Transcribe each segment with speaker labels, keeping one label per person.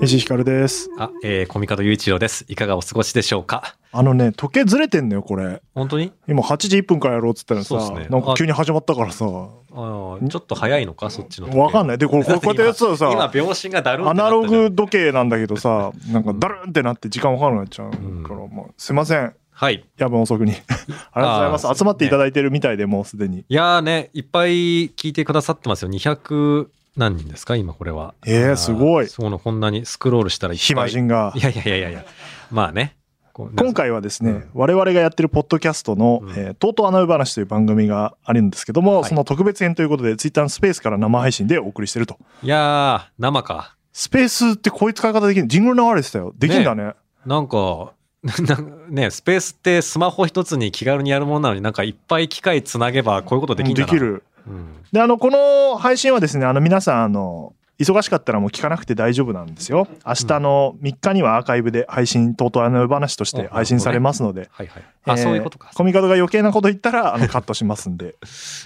Speaker 1: 西井ひかるです。
Speaker 2: あ、えー、コミカド雄一郎です。いかがお過ごしでしょうか
Speaker 1: あのね、時計ずれてんのよ、これ。
Speaker 2: 本当に
Speaker 1: 今8時1分からやろうっつったのにさ、
Speaker 2: そうっすね
Speaker 1: なんか急に始まったからさ、
Speaker 2: ああ、ちょっと早いのかそっちの時計。
Speaker 1: わかんない。で、 これ、こ
Speaker 2: だ
Speaker 1: う
Speaker 2: って
Speaker 1: やってやつは
Speaker 2: 今、
Speaker 1: さ、
Speaker 2: 秒針がだるん
Speaker 1: ア
Speaker 2: ってな
Speaker 1: ナ
Speaker 2: ったじゃん
Speaker 1: ログ。時計なんだけどさ、なんかダルンってなって時間わかんなくなっちゃう
Speaker 2: うん
Speaker 1: から、まあ、すいません。
Speaker 2: はい。
Speaker 1: 夜分遅 くに。ありがとうござい
Speaker 2: あ
Speaker 1: ま
Speaker 2: ー
Speaker 1: す。集まっていただいてるみたいで、もうすでに。
Speaker 2: いやーね、いっぱい聞いてくださってますよ。200何人ですか今これは。
Speaker 1: えー
Speaker 2: あー
Speaker 1: すごい
Speaker 2: そうの、こんなにスクロールしたらいっぱい。
Speaker 1: 暇人が
Speaker 2: い。やいやいやいやいや。まあね。こう
Speaker 1: 今回はですね、
Speaker 2: うん
Speaker 1: 我々がやってるポッドキャストの、
Speaker 2: うん
Speaker 1: えーとうとう穴埋話という番組があるんですけども、
Speaker 2: はい
Speaker 1: その特別編ということで、ツイッターのスペースから生配信でお送りしてると。
Speaker 2: いやー、生か。
Speaker 1: スペースってこういう使い方できるジングル流れてたよ。できんだね。
Speaker 2: なんか、 なんね、スペースってスマホ一つに気軽にやるものなのになんかいっぱい機械つなげばこういうことでき
Speaker 1: う
Speaker 2: る
Speaker 1: んでき。る。
Speaker 2: うん
Speaker 1: で、あの、この配信はですね、あの、皆さん、あの、忙しかったらもう聞かなくて大丈夫なんですよ。明日の3日にはアーカイブで配信、とうとう穴埋話として配信されますので、
Speaker 2: はいはい。あ、
Speaker 1: えー
Speaker 2: そういうことか。
Speaker 1: コミカドが余計なこと言ったら、あの、カットしますん で、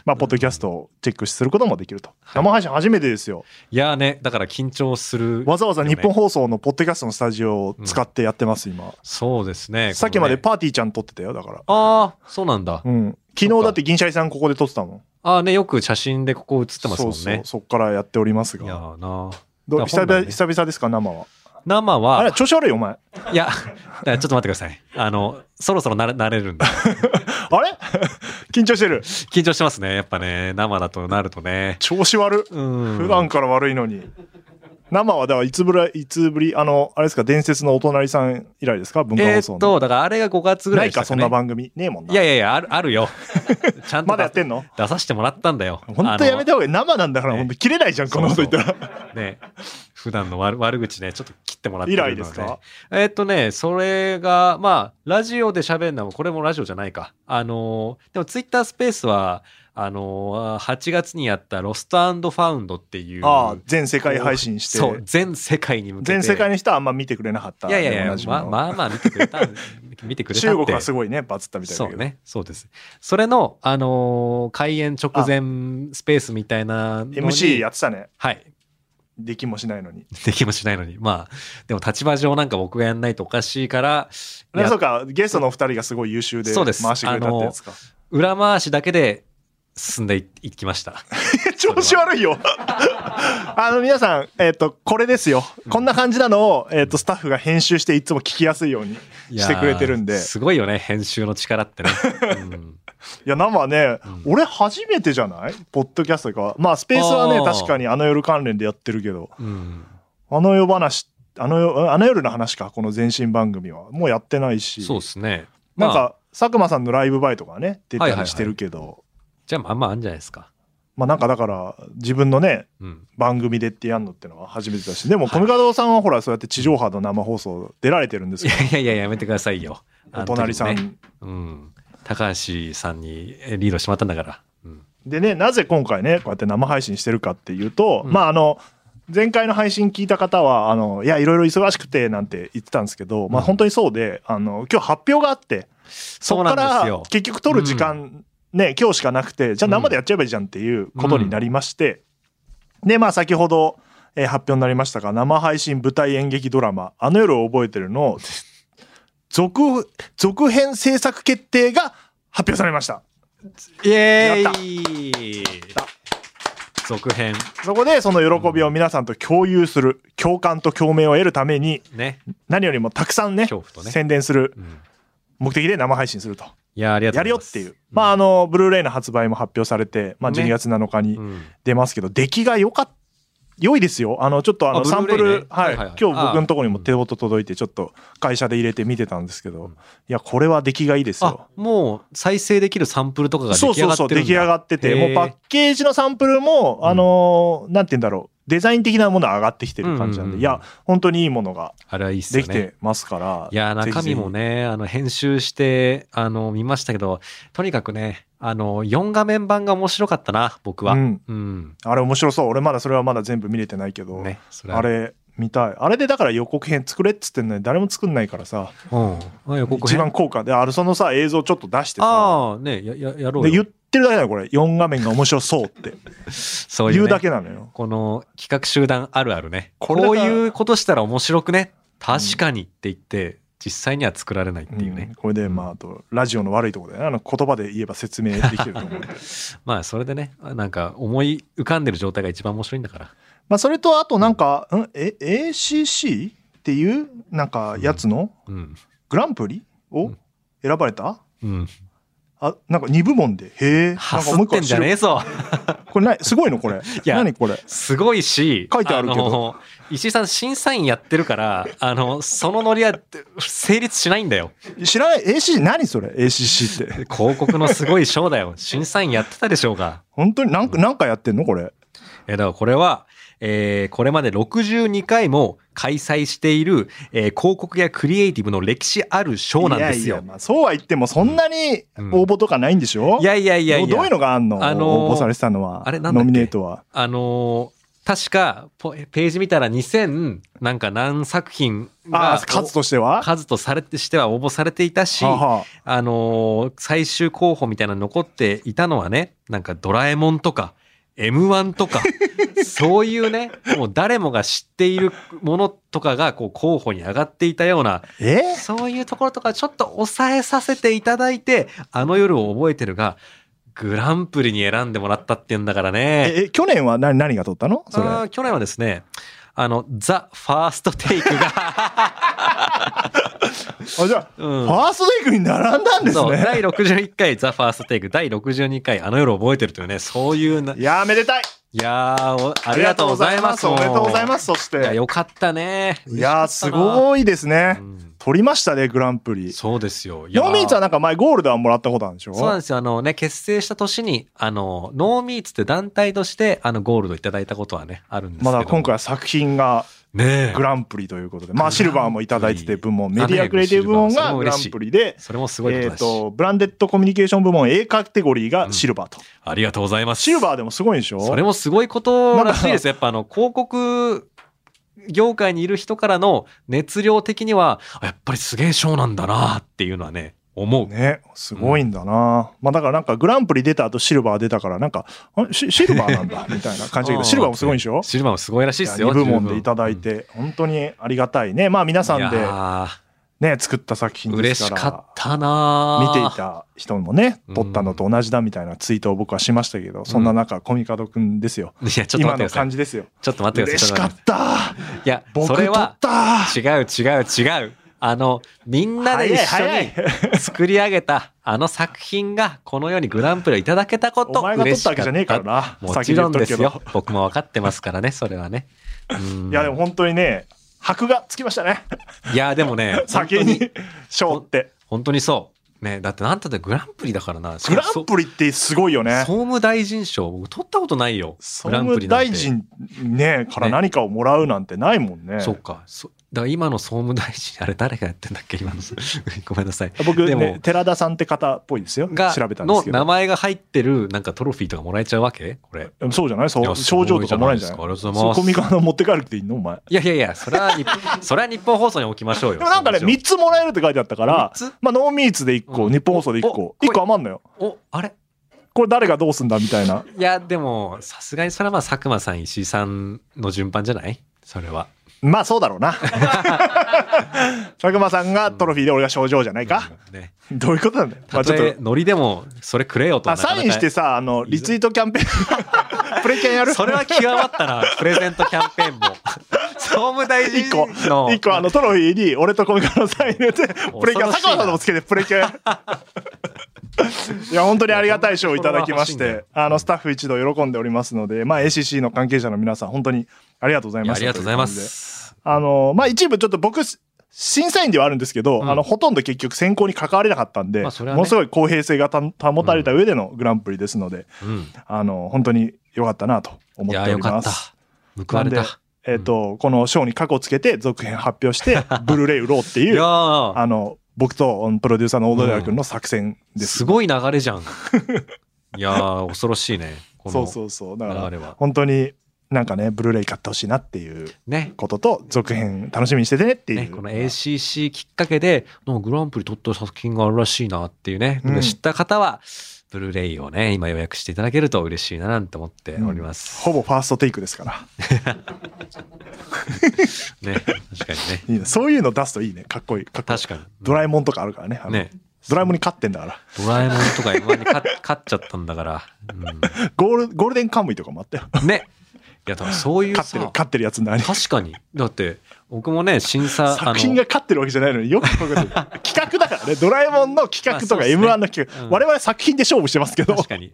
Speaker 1: まあ、ポッドキャストをチェックすることもできると。生配信初めてですよ。
Speaker 2: いやーね、だから緊張する。
Speaker 1: わざわざ日本放送のポッドキャストのスタジオを使ってやってます、今。
Speaker 2: そうですね。
Speaker 1: さっきまで
Speaker 2: こ
Speaker 1: パーティーちゃん撮ってたよ、だから。
Speaker 2: のねああ、そうなんだ。
Speaker 1: うん。昨日だって銀シャリさんここで撮ってたもん。
Speaker 2: ああね、よく写真でここ写ってますもんね。
Speaker 1: そうそう、そっからやっております
Speaker 2: いや
Speaker 1: が。
Speaker 2: ーなー
Speaker 1: どう
Speaker 2: だか
Speaker 1: 久
Speaker 2: ら本来
Speaker 1: 々
Speaker 2: ね
Speaker 1: 久々ですか、生は。
Speaker 2: 生
Speaker 1: あれ、
Speaker 2: は、
Speaker 1: 調子悪いよ、お前。
Speaker 2: いや、 いやちょっと待ってください。あの、そろそろ慣れ慣れるんで。
Speaker 1: あれ 緊張してる。
Speaker 2: 緊張してますね。やっぱね、生だとなるとね。
Speaker 1: 調子悪。
Speaker 2: うん。
Speaker 1: 普段から悪いのに。生は、だから、いつぶら、いつぶり、あの、あれですか、伝説のお隣さん以来ですか、文化
Speaker 2: え
Speaker 1: 放
Speaker 2: ー
Speaker 1: 送
Speaker 2: っ
Speaker 1: の。
Speaker 2: と、だからあれが5月ぐら
Speaker 1: ないい
Speaker 2: でした
Speaker 1: か、
Speaker 2: ね。
Speaker 1: そんな番組。ねえもんな。
Speaker 2: いやいやいや、あるあ るよ。ちゃんと
Speaker 1: まだやってんの
Speaker 2: 出させてもらったんだよ。
Speaker 1: 本当やめた方がいい。生なんだから、
Speaker 2: ね
Speaker 1: 本当切れないじゃん、こんなこと言ったら。
Speaker 2: あのね、普段の悪悪口ね、ちょっと切ってもらって
Speaker 1: 以
Speaker 2: るの
Speaker 1: 来ですか
Speaker 2: えーっとね、それが、まあ、ラジオで喋るのも、これもラジオじゃないか。あのー、でもツイッタースペースは、あのー、8月にやったロストファウンドっていう。
Speaker 1: ああ、全世界配信し
Speaker 2: そう
Speaker 1: て、。
Speaker 2: 全世界に向けて。
Speaker 1: 全世界
Speaker 2: に。
Speaker 1: の人はあんま見てくれなかった。
Speaker 2: いやいやいや
Speaker 1: 同、じも
Speaker 2: まあ
Speaker 1: の
Speaker 2: まあまあ見てくれたん、見てくれたって。
Speaker 1: 中国はすごいね、バズったみたいだ
Speaker 2: そ
Speaker 1: け
Speaker 2: う
Speaker 1: ど。
Speaker 2: ね。そうです。それの、あのー開演直前スペースみたいなのに
Speaker 1: MC やってたね。
Speaker 2: はい。
Speaker 1: できもしないのに。
Speaker 2: できもしないのに。まあ、でも立場上なんか僕がやんないとおかしいから、
Speaker 1: ね
Speaker 2: や
Speaker 1: そうか、ゲストのお二人がすごい優秀で
Speaker 2: そう
Speaker 1: 回
Speaker 2: です
Speaker 1: してくれたってやつか。
Speaker 2: 裏回しだけで進んでいいきました。
Speaker 1: 調子悪いよ。あの、皆さん、えっ、と、これですよ。こんな感じなのを、えっ、と、スタッフが編集していつも聞きやすいように
Speaker 2: い や
Speaker 1: し
Speaker 2: ー
Speaker 1: てくれてるんで。い
Speaker 2: すごいよね、編集の 力ってね。うん
Speaker 1: や、生ね、
Speaker 2: うん
Speaker 1: 俺初めてじゃないポッドキャストか。まあ、スペースはね
Speaker 2: あ、ー
Speaker 1: 確かにあの夜関連でやってるけど、
Speaker 2: うん
Speaker 1: あの夜話、あの夜、あの夜の話か、この前身番組は。もうやってないし。
Speaker 2: そうですね。
Speaker 1: なんか、
Speaker 2: まあ、
Speaker 1: 佐久間さんのライブバイとかね、出
Speaker 2: はい
Speaker 1: た
Speaker 2: はいは
Speaker 1: り
Speaker 2: い
Speaker 1: してるけど、
Speaker 2: じゃあまあまああんじゃないですか。
Speaker 1: まあなんかだから、自分のね、
Speaker 2: うん。
Speaker 1: 番組でってやんのってのは初めてだし、でも、
Speaker 2: はい
Speaker 1: コミカドさんはほら、そうやって地上波の生放送出られてるんです
Speaker 2: い
Speaker 1: よ。
Speaker 2: やいやいや、やめてくださいよ。
Speaker 1: お隣さ
Speaker 2: あの時もね
Speaker 1: ん。
Speaker 2: うん。高橋さんにリードしてもらったんだから。うん。
Speaker 1: でね、なぜ今回ね、こうやって生配信してるかっていうと、
Speaker 2: うん
Speaker 1: まああの、前回の配信聞いた方は、あの、いや、いろいろ忙しくてなんて言ってたんですけど、まあ
Speaker 2: うん
Speaker 1: 本当にそうで、あの、今日発表があって、そ
Speaker 2: そう
Speaker 1: こ
Speaker 2: な
Speaker 1: か
Speaker 2: んです
Speaker 1: ら
Speaker 2: よ。
Speaker 1: 結局撮る時間、ね、今日しかなくて、じゃあ生でやっちゃえばいいじゃんっていうことになりまして、で、まあ先ほど、えー発表になりましたが、生配信舞台演劇ドラマ、あの夜を覚えてるの、続、続編制作決定が発表されました。
Speaker 2: イエ
Speaker 1: やった
Speaker 2: ーイ続編
Speaker 1: そこでその喜びを皆さんと共有する、共感と共鳴を得るために、
Speaker 2: ね。
Speaker 1: 何よりもたくさんね、
Speaker 2: 恐怖とね
Speaker 1: 宣伝する
Speaker 2: うん
Speaker 1: 目的で生配信すると。
Speaker 2: いやありがとう
Speaker 1: や
Speaker 2: ご
Speaker 1: るよ
Speaker 2: ざいま
Speaker 1: っ
Speaker 2: す
Speaker 1: ていう。まああ
Speaker 2: の、
Speaker 1: の、ブルーレイの発売も発表されて、まあ
Speaker 2: ね
Speaker 1: 12月7日に
Speaker 2: うん
Speaker 1: 出ますけど、出来が良かっ良いですよ。あの、ちょっとあの、
Speaker 2: あ
Speaker 1: サンプ
Speaker 2: ブルーレイ
Speaker 1: ル
Speaker 2: ね、
Speaker 1: はい。
Speaker 2: はいはい
Speaker 1: 今
Speaker 2: はい
Speaker 1: 日僕のところにも手元届いて、ちょっと会社で入れて見てたんですけど、いや、これは出来がいいですよ
Speaker 2: あ。もう再生できるサンプルとかが出来
Speaker 1: そう
Speaker 2: 上
Speaker 1: そう
Speaker 2: がって
Speaker 1: そ
Speaker 2: る
Speaker 1: う、出来上がってて、もうパッケージのサンプルも、
Speaker 2: うん
Speaker 1: あのー、なんて言うんだろう、デザイン的なものが上がってきてる感じなん
Speaker 2: うんう
Speaker 1: で、
Speaker 2: んうん
Speaker 1: いや、本当にいいものが
Speaker 2: あれはいいっすよ
Speaker 1: で
Speaker 2: ね
Speaker 1: きてますから。
Speaker 2: いや中身も
Speaker 1: ね。
Speaker 2: ねあの編集してあの見ましたけどとにかくねあの4画面版が面白かったな僕は
Speaker 1: うん
Speaker 2: うん
Speaker 1: あれ面白そう。俺まだそれはまだ全部見れてないけど、
Speaker 2: ねそれは
Speaker 1: あれ、見たいあれでだから予告編作れっつってんのに誰も作んないからさ
Speaker 2: うん。あ、予告
Speaker 1: 一
Speaker 2: 編。
Speaker 1: 番効果であれそのさ映像ちょっと出してさ
Speaker 2: ああ、ね、や、や、やろう
Speaker 1: で言
Speaker 2: よ。
Speaker 1: ってるだけだよこれ4画面が面白そうって
Speaker 2: そういう、ね。
Speaker 1: 言うだけなのよ
Speaker 2: この企画集団あるあるね。
Speaker 1: こ
Speaker 2: こ
Speaker 1: れだ
Speaker 2: う
Speaker 1: から
Speaker 2: いうことしたら面白くね。確かにって言って、実際には作られないっていうね
Speaker 1: うん。これでまああとラジオの悪いところだよねあの言葉で言えば説明できると思うんで
Speaker 2: まあ、それでね、なんか思い浮かんでる状態が一番面白いんだから。
Speaker 1: まあそれとあとなんか、うん、え ACC っていうなんかやつの
Speaker 2: うん。
Speaker 1: グランプリ
Speaker 2: う
Speaker 1: を
Speaker 2: ん
Speaker 1: 選ばれた、
Speaker 2: うん。
Speaker 1: あなんか2部門でへえ
Speaker 2: はすってんじゃねえぞ。
Speaker 1: これなすごいのこれ
Speaker 2: や
Speaker 1: 何これ
Speaker 2: すごいし、
Speaker 1: 書いてあるけど
Speaker 2: の石井さん審査員やってるから、あの、そのノリは成立しないんだよ。
Speaker 1: 知らない ACC 何それ ACC って
Speaker 2: 広告のすごい賞だ よ。審査員やってたでしょうが。
Speaker 1: 本当に何か何かやってんのこれ
Speaker 2: えーだからこれは、えーこれまで62回も開催している、えー広告やクリエイティブの歴史ある賞なんで
Speaker 1: い
Speaker 2: す
Speaker 1: やいや
Speaker 2: よ。
Speaker 1: まあ、そうは言ってもそんなに
Speaker 2: うん
Speaker 1: 応募とかないんでしょ、
Speaker 2: いやいやいやいや。
Speaker 1: どういうのがあんの、
Speaker 2: あのー
Speaker 1: 応募されてたのは
Speaker 2: あれなんだっけ
Speaker 1: ノミネートは
Speaker 2: あのー確か、ポページ見たら2000、なんか何作品が
Speaker 1: あー数としては
Speaker 2: 数とされてしては応募されていたし、
Speaker 1: はあはあ
Speaker 2: あのー最終候補みたいなの残っていたのはね、なんかドラえもんとか、M1 とか、 そういうね、もう誰もが知っているものとかがこう候補に上がっていたような、
Speaker 1: え
Speaker 2: そういうところとかちょっと抑えさせていただいて、あの夜を覚えてるが、グランプリに選んでもらったっていうんだからね。
Speaker 1: ええ去年は何何が取ったのそれ
Speaker 2: あー去年はですね、あの、ザ・ファーストテイ クが、
Speaker 1: あじゃあ、
Speaker 2: うん
Speaker 1: ファーストテイクに並んだんです
Speaker 2: そう
Speaker 1: ね
Speaker 2: 第61回ザ・ファーストテイク、第62回あの夜を覚えてるというね、そういうな、い
Speaker 1: いやーめでたい
Speaker 2: やー、おありがとうございます。
Speaker 1: ありがとうございますおめでとうございますそし
Speaker 2: いや、
Speaker 1: て
Speaker 2: よかったね。
Speaker 1: いやーすごいですね、
Speaker 2: うん
Speaker 1: 取りましたねグランプリ
Speaker 2: そうですよ。いやー
Speaker 1: ヨミーツはなんか前ゴールドはもらったことあるんでしょ
Speaker 2: そうなんですよ。あのね、結成した年に、あの、ノーミーツって団体として、あの、ゴールドいただいたことはね、あるんですけど
Speaker 1: ま
Speaker 2: も。
Speaker 1: だ今回は作品が
Speaker 2: ねえ
Speaker 1: グランプリということで、まあシルバーもいただいてて部門、
Speaker 2: グ
Speaker 1: メ
Speaker 2: ラン
Speaker 1: デ
Speaker 2: プリ
Speaker 1: ィアクリエイティブ部門が
Speaker 2: あね
Speaker 1: グ
Speaker 2: 嬉
Speaker 1: ラン
Speaker 2: しい
Speaker 1: プリで、
Speaker 2: それもすごいこと
Speaker 1: え
Speaker 2: だ
Speaker 1: っ
Speaker 2: し。
Speaker 1: と、ブランデッドコミュニケーション部門 A カテゴリーがシルバーと。
Speaker 2: ありがとうございます。
Speaker 1: シルバーでもすごいでしょ
Speaker 2: それもすごいことらしいです。やっぱあの、広告業界にいる人からの熱量的には、あやっぱりすげえ賞なんだなっていうのはね、思う。
Speaker 1: ね、すごいんだな、まあだからなんかグランプリ出た後シルバー出たからなんか、あシシルバーなん だみたいな感じだけど、シルバーもすごいんでしょ
Speaker 2: シルバーもすごいらしい
Speaker 1: い
Speaker 2: で
Speaker 1: や
Speaker 2: すよ。
Speaker 1: 二部門でいただいて、本当にありがたいね。まあ皆
Speaker 2: 十
Speaker 1: さ
Speaker 2: 分。
Speaker 1: ん
Speaker 2: い
Speaker 1: で
Speaker 2: や
Speaker 1: ね、作った作
Speaker 2: ー
Speaker 1: 品で
Speaker 2: 嬉
Speaker 1: す
Speaker 2: し
Speaker 1: か。
Speaker 2: からったな
Speaker 1: 見ていた人もね
Speaker 2: うん
Speaker 1: 撮ったのと同じだみたいなツイートを僕はしましたけどそんな中コミカドくんですよ
Speaker 2: いや、ちょっと待
Speaker 1: 今
Speaker 2: ってく
Speaker 1: の
Speaker 2: ださ
Speaker 1: 感
Speaker 2: い。
Speaker 1: じですよ
Speaker 2: ちょっと待ってくだ
Speaker 1: 嬉
Speaker 2: さい。
Speaker 1: しかった
Speaker 2: いや、
Speaker 1: 僕
Speaker 2: そ
Speaker 1: 撮
Speaker 2: れ
Speaker 1: っ
Speaker 2: は、
Speaker 1: た
Speaker 2: 違う違う違う。あの、みんなで一
Speaker 1: 早い
Speaker 2: 緒に作り上げた、あの作品が、このようにグランプリをいただけたこと、
Speaker 1: お前が撮っ
Speaker 2: 嬉したか
Speaker 1: わけじゃねえからな
Speaker 2: も
Speaker 1: 先
Speaker 2: ち
Speaker 1: に言
Speaker 2: ろ
Speaker 1: っ
Speaker 2: ん
Speaker 1: と
Speaker 2: で
Speaker 1: くけ
Speaker 2: す
Speaker 1: ど
Speaker 2: よ。僕も分かってますからね、それはね。うん
Speaker 1: いやでも、本当にね箔がつきましたね
Speaker 2: いやでもね、
Speaker 1: 先に賞って
Speaker 2: 本当にそう。ね、だってなんたってグランプリだからな。
Speaker 1: グランプリってすごいよ
Speaker 2: リ
Speaker 1: ね
Speaker 2: 総務大臣賞、僕取ったことないよ。
Speaker 1: 総
Speaker 2: グランプ
Speaker 1: 務
Speaker 2: リなんて
Speaker 1: 大臣ねから何かをもらうなんてないもんね
Speaker 2: そうか。そだから今の総務大臣、あれ誰がやってんだっけ、今の。 ごめんなさい。
Speaker 1: 僕
Speaker 2: で
Speaker 1: ね
Speaker 2: も
Speaker 1: 寺田さんって方っぽいですよ
Speaker 2: が
Speaker 1: 調べたんで
Speaker 2: の
Speaker 1: すけ
Speaker 2: 名
Speaker 1: ど
Speaker 2: 前が入ってるなんかトロフィーとかもらえちゃうわけこれ。
Speaker 1: そうじゃないそ
Speaker 2: いうやす
Speaker 1: 賞
Speaker 2: ごい
Speaker 1: 状とかもらえるんじゃ
Speaker 2: じ
Speaker 1: な
Speaker 2: ゃ
Speaker 1: い
Speaker 2: ないですかありがとうござい
Speaker 1: そ
Speaker 2: ます
Speaker 1: うコミカド持って帰るっていいのお前
Speaker 2: いやいやいや、それは日本、 それは日本放送に置きましょうよ。
Speaker 1: でもなんかね、
Speaker 2: そのうち
Speaker 1: 3つもらえるって書いてあったから
Speaker 2: 三つ、
Speaker 1: まあ、ノーミーツで1個、
Speaker 2: うん
Speaker 1: 日本放送で1
Speaker 2: お
Speaker 1: 個
Speaker 2: こ、い
Speaker 1: 1個余んのよ。
Speaker 2: お、あれ
Speaker 1: これ誰がどうすんだみたいな。
Speaker 2: いや、でも、さすがにそれはまあ、佐久間さん、石井さんの順番じゃないそれは。
Speaker 1: まあ、そうだろうな。 佐久間さんがトロフィーで俺が賞状じゃないか。
Speaker 2: うんね。
Speaker 1: どういうことなんだよ。ま
Speaker 2: た
Speaker 1: あ、ち
Speaker 2: と
Speaker 1: ょっ
Speaker 2: え、ノリでも、それくれよ
Speaker 1: と、
Speaker 2: と
Speaker 1: あ、サインして
Speaker 2: なか
Speaker 1: さ、あの、リツイートキャンペーン、 プレキャンや
Speaker 2: な
Speaker 1: る
Speaker 2: かそれは極まった な、プレゼントキャンペーンも。総務大臣
Speaker 1: 1個、
Speaker 2: の。
Speaker 1: 一 個あのトロフィーに俺とコミカのサイン入れて、プレキャン、
Speaker 2: 恐ろしいな
Speaker 1: 佐久間さんのもつけてプレキャンやる。いや、本当にありがたい賞をいただきまし
Speaker 2: いや
Speaker 1: て、あの、スタッフ一同喜んでおりますので、まあ、ACC の関係者の皆さん、本当にありがとうござい
Speaker 2: いや
Speaker 1: ま
Speaker 2: あ
Speaker 1: す。
Speaker 2: りがとうございま。す。
Speaker 1: あの、まあ、一部ちょっと僕、審査員ではあるんですけど、
Speaker 2: うん
Speaker 1: あの、ほとんど結局選考に関われなかったんで、
Speaker 2: まあそれはね
Speaker 1: ものすごい公平性がた保たれた上でのグランプリですので、
Speaker 2: うん。
Speaker 1: あの、本当に良かったなと思
Speaker 2: い
Speaker 1: っ
Speaker 2: や、
Speaker 1: てお
Speaker 2: よ
Speaker 1: り
Speaker 2: か
Speaker 1: ま
Speaker 2: った
Speaker 1: す。。
Speaker 2: 報われ
Speaker 1: なんで
Speaker 2: た。
Speaker 1: えっ、と、この賞に過去つけて続編発表 して、ブルーレイ売ろうって
Speaker 2: い
Speaker 1: い
Speaker 2: や
Speaker 1: う、
Speaker 2: ー
Speaker 1: あの、僕とプロデューサーの小野寺君の作戦です。
Speaker 2: すごい流 れじゃん。いやー、恐ろしいね。こ
Speaker 1: そう
Speaker 2: の
Speaker 1: そうそう。だから
Speaker 2: 流、れは。
Speaker 1: 本当に、なんかね、ブルーレイ買ってほしいなっていう
Speaker 2: ね。
Speaker 1: ことと、続編楽しみにしててねっていう。
Speaker 2: ね、この ACC きっかけで、なんかグランプリ取った作品があるらしいなっていうね、
Speaker 1: うん
Speaker 2: 知った方は、ブルーレイをね、今予約していただけると嬉しいななんて思っております。
Speaker 1: ほぼファーストテイクですから。
Speaker 2: ね、確かにね。
Speaker 1: いいね。そういうの出すといいね。かっこいい。かっこいい
Speaker 2: 確かに。
Speaker 1: ドラえもんとかあるからね。あの
Speaker 2: ね。
Speaker 1: ドラえもんに勝ってんだから。
Speaker 2: ドラえもんとか M1 に勝 勝っちゃったんだから。
Speaker 1: ゴール、ゴールデンカムイとかもあったよ。
Speaker 2: うん、ね。いや、だからそういう
Speaker 1: 勝ってる、
Speaker 2: さ、
Speaker 1: 勝ってるやつなに。
Speaker 2: 確かに。だって、僕もね、審査、
Speaker 1: 作品が勝ってるわけじゃないのによく考えてる企画だ からね。ドラえもんの企画と
Speaker 2: ま
Speaker 1: か
Speaker 2: あそうですね
Speaker 1: M1 の企画。
Speaker 2: うん
Speaker 1: 我々作品で勝負してますけ
Speaker 2: あの
Speaker 1: ど、
Speaker 2: 確かに。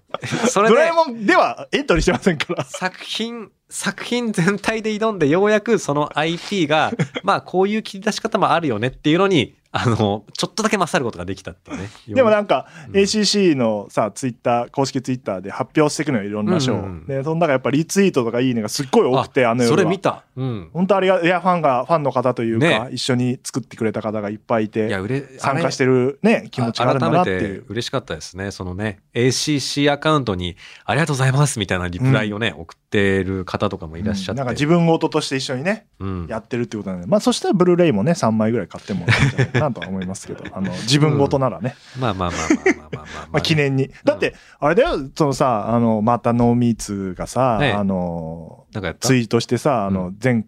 Speaker 2: それ
Speaker 1: ド
Speaker 2: で、
Speaker 1: ラえもんではエントリーしてませんから。
Speaker 2: 作品、作品全体で挑んで、ようやくその IP が、 まあ、こういう切り出し方もあるよねっていうのに、あの、ちょっとだけ勝ることができたっていうね。
Speaker 1: でもなんか
Speaker 2: うん
Speaker 1: ACC のさツイッター公式ツイッターで発表していくのよいろんな賞、
Speaker 2: うんうんうん
Speaker 1: でその中やっぱリツイートとかいいねがすっごい多くてあの
Speaker 2: そ
Speaker 1: 夜
Speaker 2: れ
Speaker 1: は
Speaker 2: 見た。うん。
Speaker 1: 本当あれがエアファンがファンの方というか、
Speaker 2: ね
Speaker 1: 一緒に作ってくれた方がいっぱいい
Speaker 2: いや、
Speaker 1: て
Speaker 2: うれ、
Speaker 1: 参加して
Speaker 2: る
Speaker 1: るね気持ちがあるんだなって
Speaker 2: 改め
Speaker 1: い
Speaker 2: て
Speaker 1: う
Speaker 2: 嬉しかったですね。そのね、ACC アカウントに、ありがとうございますみたいなリプライをね、送ってる方とかもいらっしゃ
Speaker 1: う
Speaker 2: っ
Speaker 1: ん
Speaker 2: て。
Speaker 1: なんか自分事として一緒にね
Speaker 2: うん
Speaker 1: やってるってことなんで、まあそしたらブルーレイもね3枚ぐらい買ってもいいんじゃないかなとは思います けどあの自分事ならね、
Speaker 2: まあまあまあまあまあまあまあまあ、
Speaker 1: まあ、記念にだってあれだよそのさあのまたノーミーツがさ、
Speaker 2: ね
Speaker 1: あの
Speaker 2: なんかやった
Speaker 1: ツイートしてさ、あ
Speaker 2: う
Speaker 1: の、全、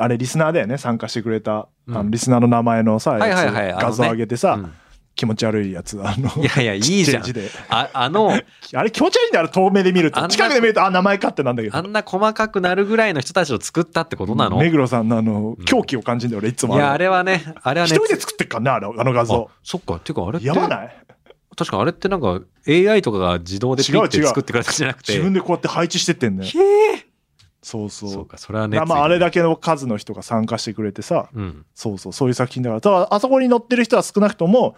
Speaker 1: あれ、リスナーだよね、参加してくれた、
Speaker 2: うん
Speaker 1: あの、リスナーの名前のさ、
Speaker 2: はいはい
Speaker 1: やつ
Speaker 2: はいあのね
Speaker 1: 画像上げてさ、
Speaker 2: うん
Speaker 1: 気持ち悪いやつ、あの、
Speaker 2: いやいや、いい
Speaker 1: ちっち
Speaker 2: じ
Speaker 1: ゃ
Speaker 2: ゃん
Speaker 1: い。字で。
Speaker 2: ああの、
Speaker 1: あれ気持ち悪いんだよ、あれ遠目で見る
Speaker 2: あん
Speaker 1: と。
Speaker 2: な
Speaker 1: 近くで見ると、あ、名前かってなんだけ
Speaker 2: あ
Speaker 1: ど。
Speaker 2: んな細かくなるぐらいの人たちを作ったってことなの
Speaker 1: 目黒さんのあの
Speaker 2: うん、
Speaker 1: 狂気を感じるんだよ、俺、いつ
Speaker 2: い
Speaker 1: も。
Speaker 2: や、あれはね、あれは
Speaker 1: 一
Speaker 2: ね、
Speaker 1: 人で作ってっからね、あれあの画像
Speaker 2: あ。そっか、ていうかあれって、
Speaker 1: やばない
Speaker 2: 確かあれってなんか AI とかが自動でピッて
Speaker 1: 違う違う
Speaker 2: 作ってくれたんじゃなくて、
Speaker 1: 自分でこうやって配置してってんだよ。
Speaker 2: へえ
Speaker 1: そうそう。
Speaker 2: そうか、それ
Speaker 1: だ
Speaker 2: はね、
Speaker 1: からまあ、あれだ
Speaker 2: け。
Speaker 1: けの数の人が参加してくれてさ、
Speaker 2: うん。
Speaker 1: そうそう、そういう作品だから。ただ、あそこに載ってる人は少なくとも、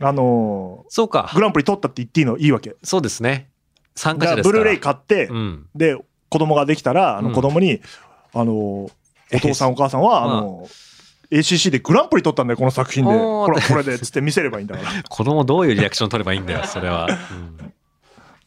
Speaker 1: あの
Speaker 2: そうか
Speaker 1: ー、グランプリ取ったって言っていいのいいわけ。
Speaker 2: そうですね。参加
Speaker 1: だから
Speaker 2: 者です
Speaker 1: ブ
Speaker 2: から。
Speaker 1: ルーレイ買って、
Speaker 2: うん。
Speaker 1: で子供ができたらあ
Speaker 2: う
Speaker 1: の
Speaker 2: ん
Speaker 1: 子供に、あのお父さんお母さんは、
Speaker 2: まあ
Speaker 1: あの ACC でグランプリ取ったんだよこの作品で
Speaker 2: おー
Speaker 1: ほらこれでっつって見せればいいんだ からっ
Speaker 2: 子供どういうリアクション取ればいい んだよ、それは。うん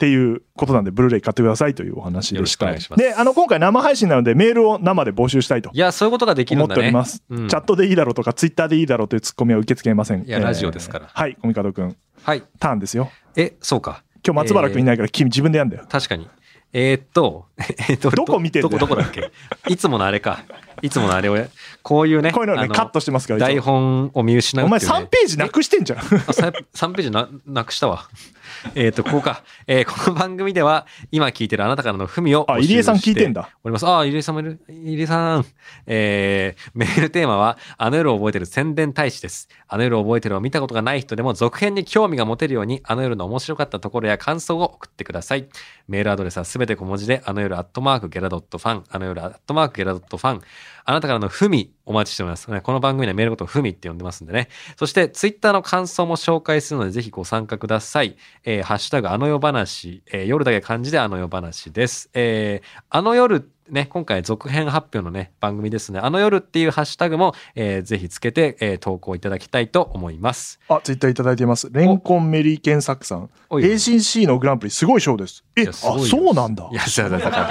Speaker 1: ていうことなんでブルーレイ買ってくださいというお話
Speaker 2: よろ
Speaker 1: で
Speaker 2: し
Speaker 1: し
Speaker 2: くお
Speaker 1: た
Speaker 2: 願いします
Speaker 1: であの今回生配信なのでメールを生で募集したいと
Speaker 2: いや、そういうことができる
Speaker 1: 思
Speaker 2: ん
Speaker 1: っ
Speaker 2: だ
Speaker 1: てお
Speaker 2: ね。
Speaker 1: ります、
Speaker 2: うん
Speaker 1: チャットでいいだろうとかツイッターでいいだろうというツッコミは受け付けません
Speaker 2: いやラジオですから
Speaker 1: はいコミカド君
Speaker 2: はい。
Speaker 1: ターンですよ
Speaker 2: え、そうか。
Speaker 1: 今日松原君いないから君自分でやんだよ
Speaker 2: 確かに。えーっと、 えーっと、
Speaker 1: どこ見てんだ
Speaker 2: ど
Speaker 1: よ
Speaker 2: こ、どこだっけいつものあれか。いつものあれをや、こういうね。
Speaker 1: こういうの
Speaker 2: あ
Speaker 1: ねカットしてますから
Speaker 2: 台本を見失う
Speaker 1: お
Speaker 2: ってい
Speaker 1: 前
Speaker 2: うね、
Speaker 1: 3ページなくして んじゃん
Speaker 2: あさ3ページななくしたわ。 えっと、ここか。えーこの番組では、今聞いてるあなたからの文を
Speaker 1: あ
Speaker 2: 募集
Speaker 1: 入江さん聞いてん
Speaker 2: し
Speaker 1: だ
Speaker 2: おります。ああ、入江さんもいる。入江さん。えーメールテーマは、あの夜を覚えてる宣伝大使です。あの夜を覚えてるを見たことがない人でも、続編に興味が持てるように、あの夜の面白かったところや感想を送ってください。メールアドレスはすべて小文字で、あの夜アットマークゲラドットファン、あの夜アットマークゲラドットファン、あなたからのふみお待ちしております。この番組のメールごとふみって呼んでますんでね。そして、ツイッターの感想も紹介するので、ぜひご参加ください。えーハッシュタグ、あの夜話、えー夜だけ漢字であの夜話です。えーあの夜、ね、今回続編発表のね、番組ですね。あの夜っていうハッシュタグも、えーぜひつけて、えー投稿いただきたいと思います。
Speaker 1: あ、ツイッターいただいています。レンコンメリーケンサクさん。
Speaker 2: おい
Speaker 1: ACC のグランプリすごい賞です。え、
Speaker 2: い
Speaker 1: あ、
Speaker 2: やすごいよ
Speaker 1: そうなんだ
Speaker 2: い。や、そうだだから、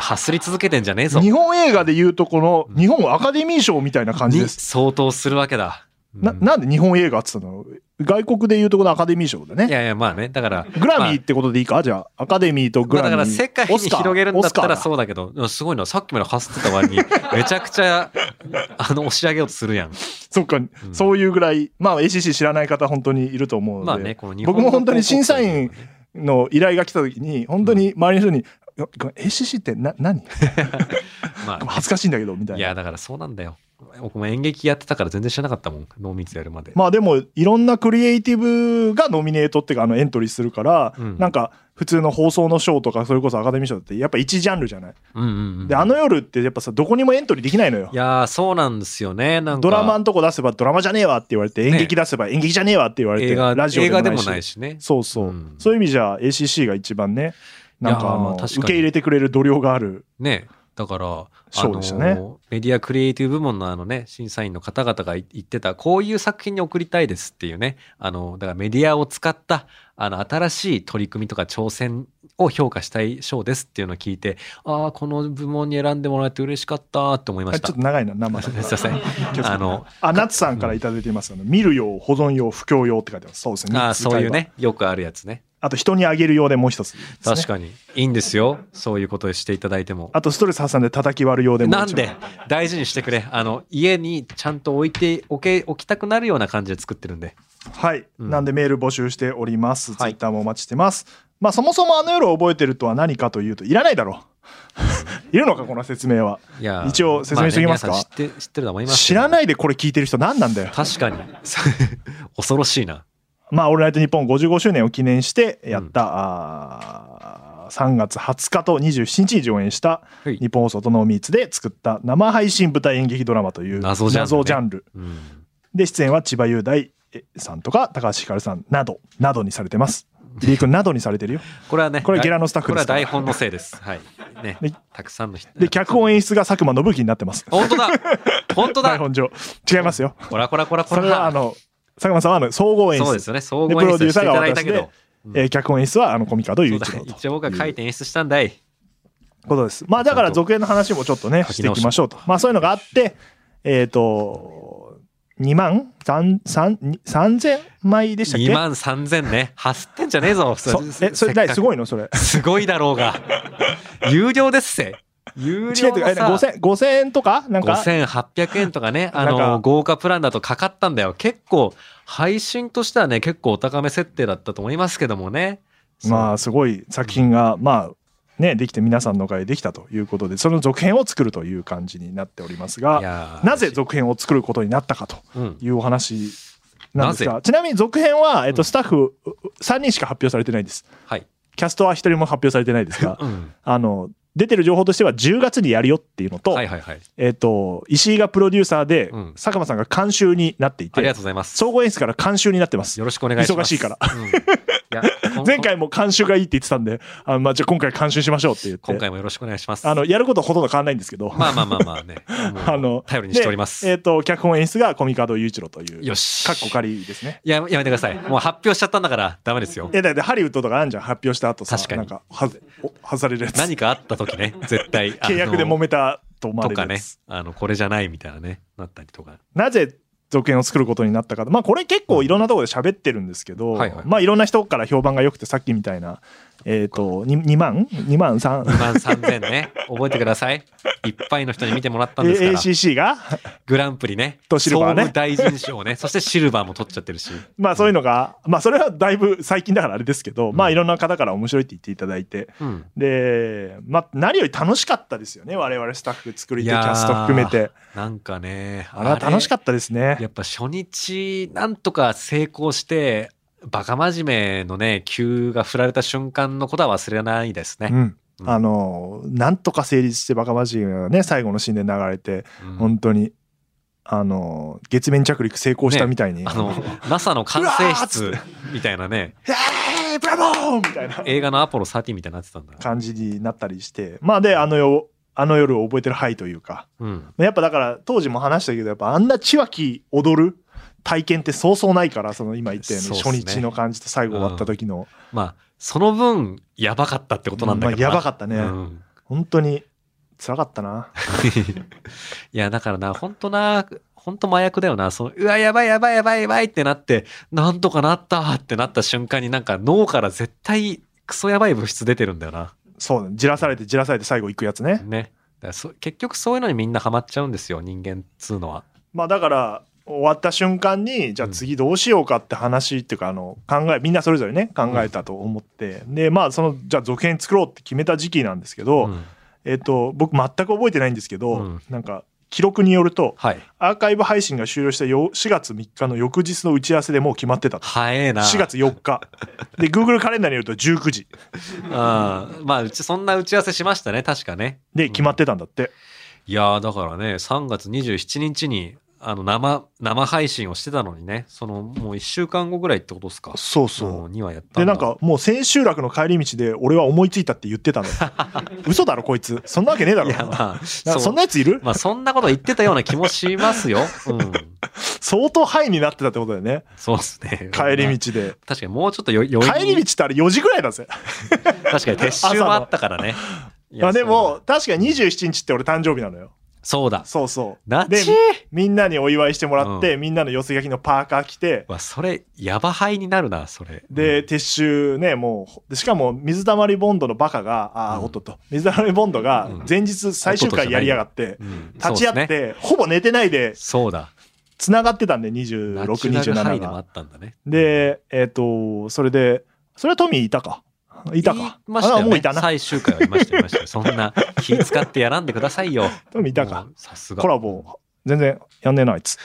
Speaker 2: はすり続けてんじゃねえ ぞ。
Speaker 1: 日本映画でいうとこの日本アカデミー賞みたいな感じ
Speaker 2: に
Speaker 1: です。
Speaker 2: 相当するわけだ。
Speaker 1: な、
Speaker 2: うん
Speaker 1: なんで日本映画って言ったの外国でいうとこのアカデミー賞だ
Speaker 2: い
Speaker 1: ね。
Speaker 2: やいや、まあね、だから、
Speaker 1: グラミー
Speaker 2: ま
Speaker 1: ってことでいいかじゃあ、アカデミーと
Speaker 2: あ
Speaker 1: グ
Speaker 2: まあ
Speaker 1: ラ
Speaker 2: だ
Speaker 1: ミー。
Speaker 2: から世界に
Speaker 1: オスカー
Speaker 2: 広げるんだったら
Speaker 1: オスカー
Speaker 2: そうだけど、うんすごいな、さっきまで走ってた割に、めちゃくちゃ、あの、押し上げようとするやん。
Speaker 1: そっか、そういうぐらい、まあ ACC 知らない方本当にいると思うので。
Speaker 2: まあね、この日本
Speaker 1: 僕
Speaker 2: の
Speaker 1: も本当に審査
Speaker 2: 広
Speaker 1: 員
Speaker 2: 告というのはね
Speaker 1: の依頼が来た時に、本当に周りの人に、よごめん ACC ってな、何
Speaker 2: まあ、
Speaker 1: 恥ずかしいんだけど、みたい
Speaker 2: い
Speaker 1: な
Speaker 2: や、。だからそうなんだよ。僕も演劇やってたから全然知らなかったもん。濃密やるまで。
Speaker 1: まあでもいろんなクリエイティブがノミネートっていうかあのエントリーするから、
Speaker 2: うん
Speaker 1: なんか普通の放送の賞とかそれこそアカデミー賞ってやっぱ一ジャンルじゃない、
Speaker 2: うんうんうん。
Speaker 1: であの夜ってやっぱさどこにもエントリーできないのよ
Speaker 2: いやー、そうなんですよね。なんか。
Speaker 1: ドラマのとこ出せばドラマじゃねえわって言われて演劇出せば演劇じゃねえわって言われて、
Speaker 2: 映画、
Speaker 1: ラジオ
Speaker 2: 映
Speaker 1: でも
Speaker 2: 画で
Speaker 1: ない
Speaker 2: も
Speaker 1: し
Speaker 2: ないしね。
Speaker 1: そうそう、
Speaker 2: うん
Speaker 1: そういう意味じゃ ACC が一番ねなん
Speaker 2: い
Speaker 1: か
Speaker 2: やー
Speaker 1: あの
Speaker 2: 確か
Speaker 1: 受
Speaker 2: に
Speaker 1: け入れてくれる度量がある
Speaker 2: ね。だから、あ
Speaker 1: そうでしたね
Speaker 2: のメディアクリエイティブ部門のあのね、審査員の方々がい言ってた、こういう作品に送りたいですっていうね、あの、だからメディアを使った、あの、新しい取り組みとか挑戦を評価したい賞ですっていうのを聞いて、ああ、この部門に選んでもらえて嬉しかったと思いま
Speaker 1: あ
Speaker 2: し
Speaker 1: ち
Speaker 2: た。
Speaker 1: ょっと長いな、生
Speaker 2: すいません。あの、
Speaker 1: あ、ナツさんからいただいています。あの見る用、保存用、不況用って書いてます。そうですね。
Speaker 2: あ
Speaker 1: 三
Speaker 2: ー
Speaker 1: つ使えば
Speaker 2: そういう。ね、よくあるやつね。
Speaker 1: あと人にあげる用でもう一つですね、
Speaker 2: 確かに。いいんですよ。そういうことをしていただいても。
Speaker 1: あとストレス発散で叩き割る用でもう
Speaker 2: な
Speaker 1: 一つ
Speaker 2: んで大事にしてくれ。あの、家にちゃんと置いておけ、置きたくなるような感じで作ってるんで。
Speaker 1: はい、
Speaker 2: うん
Speaker 1: なんでメール募集しております。ツイ
Speaker 2: はい
Speaker 1: ッターもお待ちしてます。まあそもそもあの夜を覚えてるとは何かというといらないだろう。い るのかこの説明は。
Speaker 2: いやー
Speaker 1: 一応説明しときますか
Speaker 2: あね皆さん知って、知ってると思います。
Speaker 1: 知らないでこれ聞いてる人何なんだよ。
Speaker 2: 確かに。 恐ろしいな。
Speaker 1: まあ「オールナイトニッポン」55周年を記念してやった、あー3月20日と27日に上演した
Speaker 2: はい
Speaker 1: 日本放送とノーミーツで作った生配信舞台演劇ドラマという
Speaker 2: 謎ジャンルね
Speaker 1: 謎ジャンル
Speaker 2: うん。
Speaker 1: で出演は千葉雄大さんとか高橋ひかるさんなどなどにされてます。リー君などにされ てるよ。
Speaker 2: これはね、
Speaker 1: これはゲラのスタッフ
Speaker 2: こ
Speaker 1: で
Speaker 2: れは
Speaker 1: すから
Speaker 2: 台本のせいです。はい。ね
Speaker 1: で。
Speaker 2: たくさんの人。
Speaker 1: で脚本演出が佐久間信之になってます。
Speaker 2: 本当だ本当
Speaker 1: 台
Speaker 2: だ
Speaker 1: 本上違いますよ。
Speaker 2: こらこらこ らこ
Speaker 1: それはあ
Speaker 2: ら。
Speaker 1: の佐久間さんはあの総合演
Speaker 2: そう
Speaker 1: 出
Speaker 2: ですよね。総
Speaker 1: で
Speaker 2: 合
Speaker 1: プ
Speaker 2: 演
Speaker 1: ロデュ
Speaker 2: 出
Speaker 1: ー
Speaker 2: して
Speaker 1: サー
Speaker 2: い
Speaker 1: が
Speaker 2: ただい
Speaker 1: 私
Speaker 2: たけ
Speaker 1: で
Speaker 2: ど。、
Speaker 1: えー脚本演出はあのコミカド
Speaker 2: そ
Speaker 1: 雄
Speaker 2: うだ
Speaker 1: 一郎と。
Speaker 2: 一応僕が書いて演出したんだい。
Speaker 1: ことです。まあだから続編の話もちょっとね、
Speaker 2: 書
Speaker 1: して
Speaker 2: き
Speaker 1: い
Speaker 2: 直し
Speaker 1: きましょうと。まあそういうのがあって、えっ、と、2万 ?3、三に3000枚でしたっけ
Speaker 2: 2万3000ね。走ってんじゃねえぞ。
Speaker 1: そえ、それ
Speaker 2: せっ
Speaker 1: 何
Speaker 2: かく
Speaker 1: すごいのそれ。
Speaker 2: すごいだろうが。有料ですせ。有
Speaker 1: チケッ
Speaker 2: 料
Speaker 1: トがえ
Speaker 2: のさ
Speaker 1: 5000、5000円とかなんか、
Speaker 2: 5800円とかね、あ
Speaker 1: なんか
Speaker 2: の、豪華プランだとかかったんだよ。結構、配信としてはね、結構お高め設定だったと思いますけどもね。そう
Speaker 1: まあすごい作品が、まあ、ね、できて皆さんのおかげでできたということで、その続編を作るという感じになっております
Speaker 2: い
Speaker 1: が、
Speaker 2: やー
Speaker 1: なぜ、続編を作ることになったかと
Speaker 2: うん、
Speaker 1: いうお話なんです
Speaker 2: な
Speaker 1: が、ちなみに続編は、えっと、スタッフ3人しか発表されてないです。
Speaker 2: はい。
Speaker 1: キャストは1人も発表されてないです が、
Speaker 2: うん。
Speaker 1: あの、出てる情報としては10月にやるよっていうのと、
Speaker 2: はいはいはい。
Speaker 1: えっ、と、石井がプロデューサーで、
Speaker 2: うん
Speaker 1: 佐久間さんが監修になってい
Speaker 2: ありが
Speaker 1: て、
Speaker 2: とうございます。
Speaker 1: 総合演出から監修になってます。
Speaker 2: よろしくお願いします。
Speaker 1: 忙しいから
Speaker 2: うん。いや
Speaker 1: 前回も監修がいいって言ってたんで、あまあ、じゃあ今回監修しましょうって言って、
Speaker 2: 今回もよろしくお願いします。
Speaker 1: あの、やることほとんど変わんないんですけど、
Speaker 2: まあまあまあまあね。もう
Speaker 1: あの
Speaker 2: 頼りにしております。
Speaker 1: でえっ、と、脚本演出がコミカド雄一郎という、
Speaker 2: よし。
Speaker 1: かっこ仮ですね。
Speaker 2: いや、やめてください。もう発表しちゃったんだから、ダメですよ
Speaker 1: い。やだってハリウッドとかあるじゃん発表した後さ
Speaker 2: 確かに
Speaker 1: なんかはお外されるやつ
Speaker 2: 何かあった時ね、絶 対。
Speaker 1: 契約で揉めたと思
Speaker 2: あ
Speaker 1: われ
Speaker 2: のと
Speaker 1: る
Speaker 2: か
Speaker 1: や
Speaker 2: ね
Speaker 1: つ、、
Speaker 2: あの、これじゃないみたいなね、なったりとか。
Speaker 1: なぜ続編を作ることになったかまあこれ結構いろんなところで喋ってるんですけど、
Speaker 2: はいはい
Speaker 1: まあいろんな人から評判が良くてさっきみたいな、えっと 2, 万2万3
Speaker 2: 2万3000ね、覚えてください。いっぱいの人に見てもらったんですから、
Speaker 1: ACC が
Speaker 2: グランプリね、
Speaker 1: とシルバーね
Speaker 2: 総務大臣賞ね、そしてシルバーも取っちゃって るし。
Speaker 1: まあそういうのがまあそれはだいぶ最近だからあれですけど、
Speaker 2: ん
Speaker 1: まあいろんな方から面白いって言っていただいて
Speaker 2: うん。
Speaker 1: で、まあ、何より楽しかったですよね我々スタッフ作り
Speaker 2: い
Speaker 1: 手キ
Speaker 2: やー
Speaker 1: ャスト含めて。
Speaker 2: なんかね、
Speaker 1: あれは楽しかったですね
Speaker 2: やっぱ初日なんとか成功してバカ真面目のね急が振られた瞬間のことは忘れないですね。
Speaker 1: うん
Speaker 2: うん
Speaker 1: あのなんとか成立してバカマジンがね最後のシーンで流れて、
Speaker 2: うん
Speaker 1: 本当にあの月面着陸成功した
Speaker 2: ね
Speaker 1: みたいに、
Speaker 2: あの NASA の管制
Speaker 1: う
Speaker 2: 室
Speaker 1: わ
Speaker 2: みたいなね
Speaker 1: えーブラボーみたいな
Speaker 2: 映画の「アポロ13」みたいになってたんだ。
Speaker 1: 感じになったりしてまあであの夜あの夜を覚えてる範囲というか
Speaker 2: うん、
Speaker 1: やっぱだから当時も話したけどやっぱあんな千秋踊る体験ってそうそうないからその今言ったように
Speaker 2: そうっす
Speaker 1: 初
Speaker 2: ね
Speaker 1: 日の感じと最後終わった時の、
Speaker 2: まあその分やばかったってことなんだけどな、
Speaker 1: まあやばかったね
Speaker 2: うん
Speaker 1: 本当に辛かったな
Speaker 2: いや、だからな、ほんとな、ほんと麻薬だよな。その、うわ、やばいやばいやばいやばいってなって、なんとかなったってなった瞬間になんか脳から絶対クソやばい物質出てるんだよな。
Speaker 1: そうじらされてじらされて最後行くやつね
Speaker 2: ね。だからそ結局そういうのにみんなハマっちゃうんですよ、人間っつうのは。
Speaker 1: まあだから終わった瞬間にじゃあ次どうしようかって話っていうかあの考えみんなそれぞれね考えたと思ってでまあそのじゃあ続編作ろうって決めた時期なんですけど、
Speaker 2: うん
Speaker 1: えっと僕全く覚えてないんですけど、
Speaker 2: うん
Speaker 1: なんか記録によると
Speaker 2: はい。
Speaker 1: アーカイブ配信が終了したよ4月3日の翌日の打ち合わせでもう決まってたと。
Speaker 2: 早えな。
Speaker 1: 4月4日で Google カレンダーによると19時
Speaker 2: うん。まあ、うち、そんな打ち合わせしましたね、確かね。
Speaker 1: で決まってたんだって、
Speaker 2: いやーだからね、3月27日に、あの生生配信をしてたのにねそのもう1週間後ぐらいってことですか
Speaker 1: そう
Speaker 2: の
Speaker 1: そ
Speaker 2: にはやった
Speaker 1: う。で、
Speaker 2: だ
Speaker 1: なんかもう千秋楽の帰り道で俺は思いついたって言って たのよ。嘘だろこいつ。そんなわけねえだ
Speaker 2: い
Speaker 1: ろ。
Speaker 2: や
Speaker 1: なんか
Speaker 2: まあ
Speaker 1: そ
Speaker 2: そ
Speaker 1: んなやついる
Speaker 2: まあそんなこと言ってたような気もしますよ。うん。
Speaker 1: 相当ハイになってたってことだよね。
Speaker 2: そうですね。
Speaker 1: 帰り道で。
Speaker 2: 確かにもうちょっとよ余
Speaker 1: 帰り道ってあれ4時ぐらいだぜ。
Speaker 2: 確かに撤収もあったからね。いや
Speaker 1: あでも、確かに27日って俺誕生日なのよ。
Speaker 2: そうだ。
Speaker 1: そうそう。
Speaker 2: な
Speaker 1: で
Speaker 2: ち
Speaker 1: みんなにお祝いしてもらって、みんなの寄せ書きのパーカー着て、
Speaker 2: わ、それ、ヤバ灰になるな、それ。
Speaker 1: で、撤収ね、もう、でしかも水溜りボンドのバカが、ああ、
Speaker 2: うん
Speaker 1: おっとっと、水溜りボンドが
Speaker 2: うん
Speaker 1: 前日最終回やりやがって、
Speaker 2: うん、うん
Speaker 1: 立ち
Speaker 2: そう
Speaker 1: 会
Speaker 2: で
Speaker 1: っ
Speaker 2: すね
Speaker 1: て、ほぼ寝てないで、
Speaker 2: そうだ。
Speaker 1: 繋がってたんで、
Speaker 2: ナ
Speaker 1: 26、
Speaker 2: チュラルハイ
Speaker 1: 27
Speaker 2: でもあ
Speaker 1: が。
Speaker 2: ったんだね。
Speaker 1: で、えっ、と、それで、それはトミーいたか。いた
Speaker 2: 言い
Speaker 1: か。
Speaker 2: ました
Speaker 1: あ
Speaker 2: よ、
Speaker 1: もう
Speaker 2: ね
Speaker 1: いた。な。
Speaker 2: 最終回はいましたよ、いましたよ。そんな気使ってやらんでくださいよ。
Speaker 1: トミーいたか
Speaker 2: も。うさすが。
Speaker 1: コラボ、全然やんねえな、あいつ。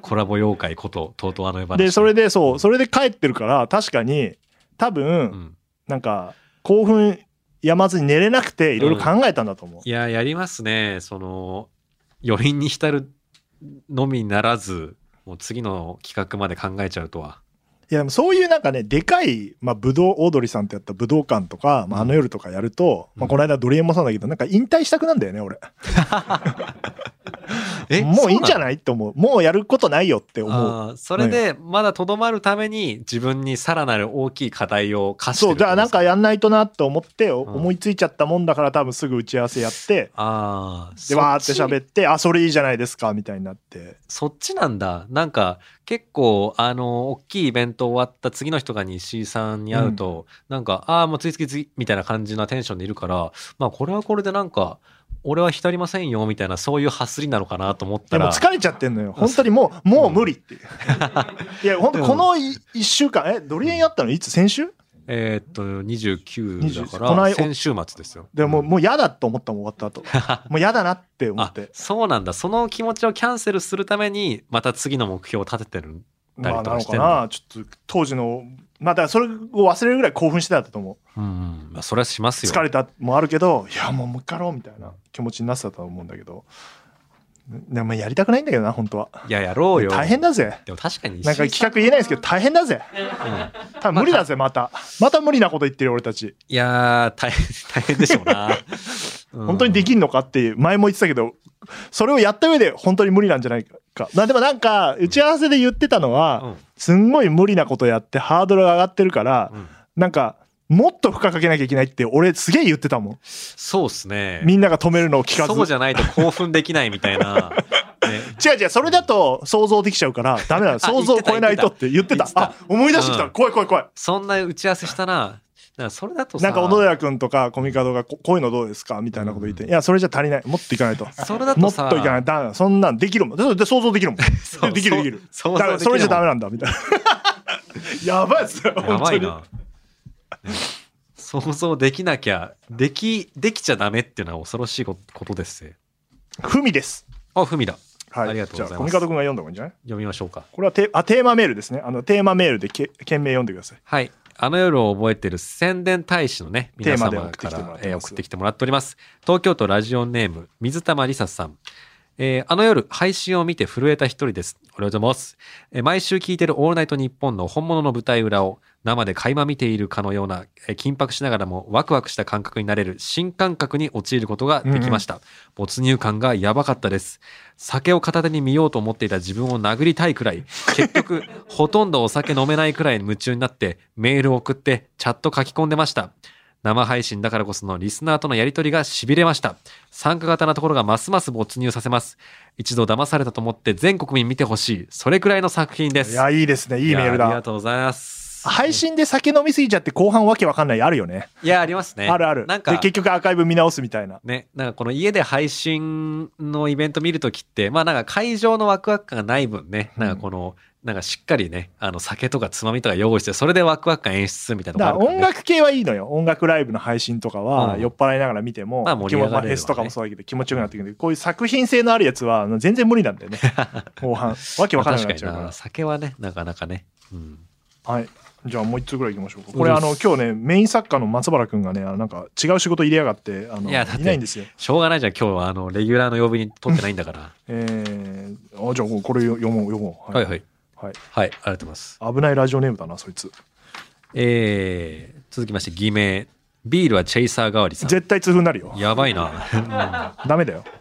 Speaker 2: コラボ妖怪こと、とうとうあの話。
Speaker 1: で、それ
Speaker 2: で、
Speaker 1: で、そう、それで帰ってるから、確かに、多分、
Speaker 2: うん。
Speaker 1: なんか、興奮やまずに寝れなくて、いろいろ考えたんだと思う。
Speaker 2: いや、やりますね。その、余韻に浸るのみならず、もう次の企画まで考えちゃうとは。
Speaker 1: いやでもそういうなんかねでかい、まあ、武道オードリーさんとやった武道館とか、まあ、
Speaker 2: う
Speaker 1: あ
Speaker 2: ん
Speaker 1: の夜とかやると、まあ、この間ドリエモンさんだけどなんか引退したくなんだよね俺
Speaker 2: え
Speaker 1: もういいんじ
Speaker 2: そうなの
Speaker 1: ゃないって思うもうやることないよって思う
Speaker 2: あーそれでまだとどまるために自分にさらなる大きい課題を課して
Speaker 1: そ
Speaker 2: る
Speaker 1: うじゃあなんかやんないとなって思って、お
Speaker 2: ん
Speaker 1: 思いついちゃったもんだから多分すぐ打ち合わせやって
Speaker 2: ああ
Speaker 1: でわーって
Speaker 2: そっち
Speaker 1: 喋ってあそれいいじゃないですかみたいになって
Speaker 2: そっちなんだなんか結構あの大きいイベント終わった次の人が西井さんに会うと、なんかああもう次々次みたいな感じなテンションでいるからまあこれはこれでなんか俺は浸りませんよみたいなそういうハスりなのかなと思った
Speaker 1: でも
Speaker 2: ら
Speaker 1: 疲れちゃってんのよ本当にもうもう無理っていういや本当
Speaker 2: でも
Speaker 1: この1週間えドリエンやったのいつ先週
Speaker 2: えーっと29だか
Speaker 1: この
Speaker 2: ら
Speaker 1: 間
Speaker 2: 先週末ですよ
Speaker 1: でももう嫌だと思ったもん終わった 後もう嫌だなって思っ
Speaker 2: あ
Speaker 1: て
Speaker 2: そうなんだその気持ちをキャンセルするためにまた次の目標を立ててるたり
Speaker 1: まあな
Speaker 2: とか
Speaker 1: の
Speaker 2: して
Speaker 1: か
Speaker 2: んの
Speaker 1: なちょっと当時のまあだからそれを忘れるぐらい興奮してたと思う
Speaker 2: うんうん、まあ、それはしますよ。
Speaker 1: 疲れたもあるけどいやもうもう一回やろうみたいな気持ちになってたと思うんだけどでもやりたくないんだけどな本当はい
Speaker 2: や、やろうよ。
Speaker 1: 大変だぜ
Speaker 2: でも確かに
Speaker 1: なんか企画言えないですけど大変だぜ
Speaker 2: うん
Speaker 1: 多分無理だぜまたまた無理なこと言ってる俺たち
Speaker 2: いやー、大変、大変でしょう な。うん
Speaker 1: 本当にできんのかっていう前も言ってたけどそれをやった上で本当に無理なんじゃないかまあでもなんか打ち合わせで言ってたの
Speaker 2: う
Speaker 1: は
Speaker 2: ん
Speaker 1: すんごい無理なことやってハードルが上がってるから
Speaker 2: うん
Speaker 1: なんかもっと負荷かけなきゃいけないって俺すげえ言ってたもん
Speaker 2: そうですね。
Speaker 1: みんなが止めるのを聞かず。
Speaker 2: そうじゃないと興奮できないみたい な。ね
Speaker 1: 違う違う、それだと想像できちゃうから、ダ メなの。想像を超えないとって言ってた
Speaker 2: 言っ。てた
Speaker 1: あ、思い出してきた。
Speaker 2: うん
Speaker 1: 怖い怖い怖い。
Speaker 2: そんな打ち合わせしたな。なんかそれだとさ
Speaker 1: なんか、小野寺くんとかコミカドがここういうのどうですかみたいなこと言って、
Speaker 2: うん
Speaker 1: いや、それじゃ足りない。もっといかないと。
Speaker 2: それだ
Speaker 1: も
Speaker 2: と
Speaker 1: っ
Speaker 2: さ、
Speaker 1: といかない。ダメだ。そんなんできるもん。でで想像できるもん。
Speaker 2: そう
Speaker 1: できるできる。
Speaker 2: そう
Speaker 1: だから、それじゃダメ
Speaker 2: な。
Speaker 1: なんだ。みたいな。 やばいっすよ。
Speaker 2: やばい
Speaker 1: 本
Speaker 2: な。ね想像できなきゃ、でき、できちゃダメっていうのは恐ろしいことことですね。
Speaker 1: 当に。ふみです。
Speaker 2: あ、ふみだ。
Speaker 1: はい。
Speaker 2: ありがとうございます
Speaker 1: じゃあ、コミカドくんが読んだ方がいいんじゃない
Speaker 2: 読みましょうか。
Speaker 1: これはテーあテーマメールですね。あの、テーマメールでけ件名読んでください。
Speaker 2: はい。あの夜を覚えてる宣伝大使のね、
Speaker 1: テ
Speaker 2: 皆
Speaker 1: ーマで
Speaker 2: 様か
Speaker 1: 送ってきてもら
Speaker 2: ら
Speaker 1: ってます
Speaker 2: えー送ってきてもらっております。東京都ラジオネーム、水玉りささん。えーあの夜、配信を見て震えた一人です。おはようございます。えー毎週聞いてるオールナイトニッポンの本物の舞台裏を生で垣間見ているかのような、えー緊迫しながらもワクワクした感覚になれる新感覚に陥ることができました。没入感がやばかったです。酒を片手に見ようと思っていた自分を殴りたいくらい、結局、ほとんどお酒飲めないくらい夢中になって、メールを送って、チャット書き込んでました。生配信だからこそのリスナーとのやりとりが痺れました。参加型なところがますます没入させます。一度騙されたと思って全国民見てほしい。それくらいの作品です。
Speaker 1: いや、いいですね。いいメール
Speaker 2: やあ
Speaker 1: だ
Speaker 2: りが。とうございます。
Speaker 1: 配信で酒飲みすぎちゃって後半わけわかんないあるよね。
Speaker 2: いや、ありますね。
Speaker 1: あるある。
Speaker 2: なんか
Speaker 1: で、結局アーカイブ見直すみたいな。
Speaker 2: ね、なんかこの家で配信のイベント見るときって、まあなんか会場のワクワク感がない分ね、
Speaker 1: うん
Speaker 2: なんかこの、なんかしっかりね、あの酒とかつまみとか用意して、それでワクワク感演出するみたいな
Speaker 1: だ
Speaker 2: の
Speaker 1: か
Speaker 2: があ
Speaker 1: ら
Speaker 2: るから、ね。
Speaker 1: 音楽系はいいのよ。音楽ライブの配信とかは
Speaker 2: うん
Speaker 1: 酔っ払いながら見ても、
Speaker 2: まあ盛り上がれるわね
Speaker 1: フェスとかもそうだけど気持ちよくなってくるけど、こういう作品性のあるやつはあの全 然無理なんだよね。後半。わけわかんなく
Speaker 2: ま
Speaker 1: な
Speaker 2: あ
Speaker 1: っちゃうか
Speaker 2: 確かに
Speaker 1: ら
Speaker 2: な。。酒はね、なかなかね。うん。
Speaker 1: はい。じゃあもう一つぐらい行きましょうか。これあの今日ねメイン作家の松原くんがねあのなんか違う仕事入れやがってあの
Speaker 2: い
Speaker 1: い
Speaker 2: やだって
Speaker 1: ないんですよ。
Speaker 2: しょうがないじゃん、今日は、あの、レギュラーの曜日に撮ってないんだから。
Speaker 1: えー、あじゃあこれ読もう読もう。
Speaker 2: はいはい。
Speaker 1: はい
Speaker 2: はい、ありがとうございます。
Speaker 1: 危ないラジオネームだなそいつ。
Speaker 2: えー、続きまして、偽名。ビールはチェイサー代わりさん。
Speaker 1: 絶対痛風になるよ。
Speaker 2: やばいな。
Speaker 1: ダメだよ。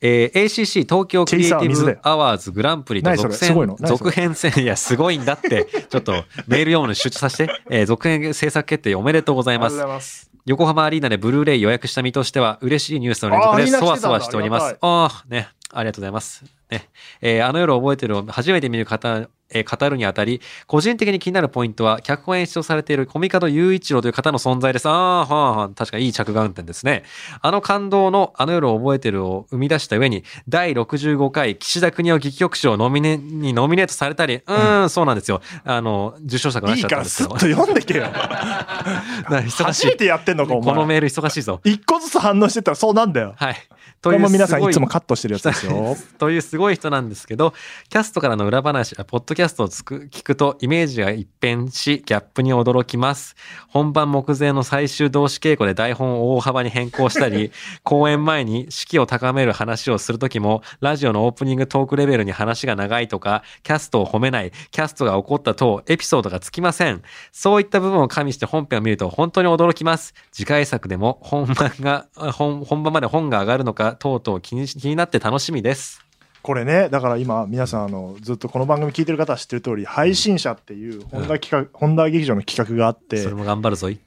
Speaker 2: えー ACC 東京クリエイティブアワーズグランプリと
Speaker 1: 何それ
Speaker 2: 続
Speaker 1: すごいの
Speaker 2: 編
Speaker 1: 何それ
Speaker 2: 続編戦いやすごいんだってちょっとメール読むのに集中させて、えー続編制作決定おめでとうござ
Speaker 1: あ
Speaker 2: います
Speaker 1: います。
Speaker 2: 横浜アリーナでブルーレイ予約した身としては嬉しいニュースの連
Speaker 1: あー
Speaker 2: 続
Speaker 1: ア
Speaker 2: で
Speaker 1: リーナ
Speaker 2: そ
Speaker 1: 来
Speaker 2: わ
Speaker 1: てた
Speaker 2: そ
Speaker 1: んだ
Speaker 2: わしておりま
Speaker 1: あ
Speaker 2: す
Speaker 1: りが
Speaker 2: ああーねありがとうございますねえーあの夜覚えてるを初めて見る方えー語るにあたり個人的に気になるポイントは脚本演出をされているコミカド雄一郎という方の存在ですああはあはあ確かいい着眼点ですねあの感動のあの夜覚えてるを生み出した上に第65回岸田邦夫劇曲賞をノミネにノミネートされたりうーん、そうなんですよあの受賞者がいらっ
Speaker 1: いい
Speaker 2: しゃ
Speaker 1: か
Speaker 2: ったん
Speaker 1: ら
Speaker 2: です
Speaker 1: ス
Speaker 2: け
Speaker 1: ッ
Speaker 2: ど
Speaker 1: と読んでけよ。
Speaker 2: な忙し
Speaker 1: 初
Speaker 2: い
Speaker 1: めてやってんのかお
Speaker 2: この
Speaker 1: 前。
Speaker 2: メール忙しいぞ
Speaker 1: 一個ずつ反応してたらそうなんだよ。
Speaker 2: はい。
Speaker 1: ことれ
Speaker 2: いう
Speaker 1: も皆さ
Speaker 2: すご
Speaker 1: んいつもカットしてるやつですよ。
Speaker 2: というすごい人なんですけど、キャストからの裏話やポッドキャストをつく聞くとイメージが一変し、ギャップに驚きます。本番目前の最終同士稽古で台本を大幅に変更したり、公演前に士気を高める話をするときも、ラジオのオープニングトークレベルに話が長いとか、キャストを褒めない、キャストが怒った等、エピソードがつきません。そういった部分を加味して本編を見ると本当に驚きます。次回作でも本番が、あ本本番まで本が上がるのか、とうとう気に気になって楽しみです。
Speaker 1: これねだから今皆さんあのずっとこの番組聞いてる方は知ってる通り配信者っていうホンダ企画、ホンダ劇場の企画があっ
Speaker 2: そ
Speaker 1: て
Speaker 2: れも頑張るぞい。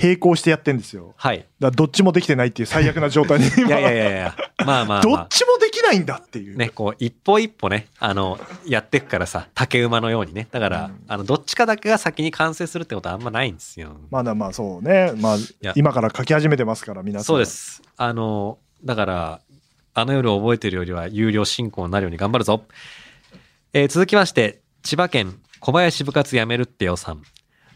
Speaker 1: 並行してやってんですよ
Speaker 2: はい。
Speaker 1: だからどっちもできてないっていう最悪な状態に
Speaker 2: い
Speaker 1: 今
Speaker 2: やいやいやいや、まあまあ、
Speaker 1: ど
Speaker 2: ま
Speaker 1: っ
Speaker 2: あ。
Speaker 1: ちもできないんだっていう、
Speaker 2: ね、こう一歩一歩ねあのやっていくからさ竹馬のようにねだから、
Speaker 1: うん
Speaker 2: あのどっちかだけが先に完成するってことはあんまないんですよ。
Speaker 1: まだまあそうねまあ
Speaker 2: や
Speaker 1: 今から書き始めてますから皆さん
Speaker 2: そうです。あの、だから、あの夜を覚えてるよりは有料進行になるように頑張るぞ。えー続きまして、千葉県小林部活やめるってよさん。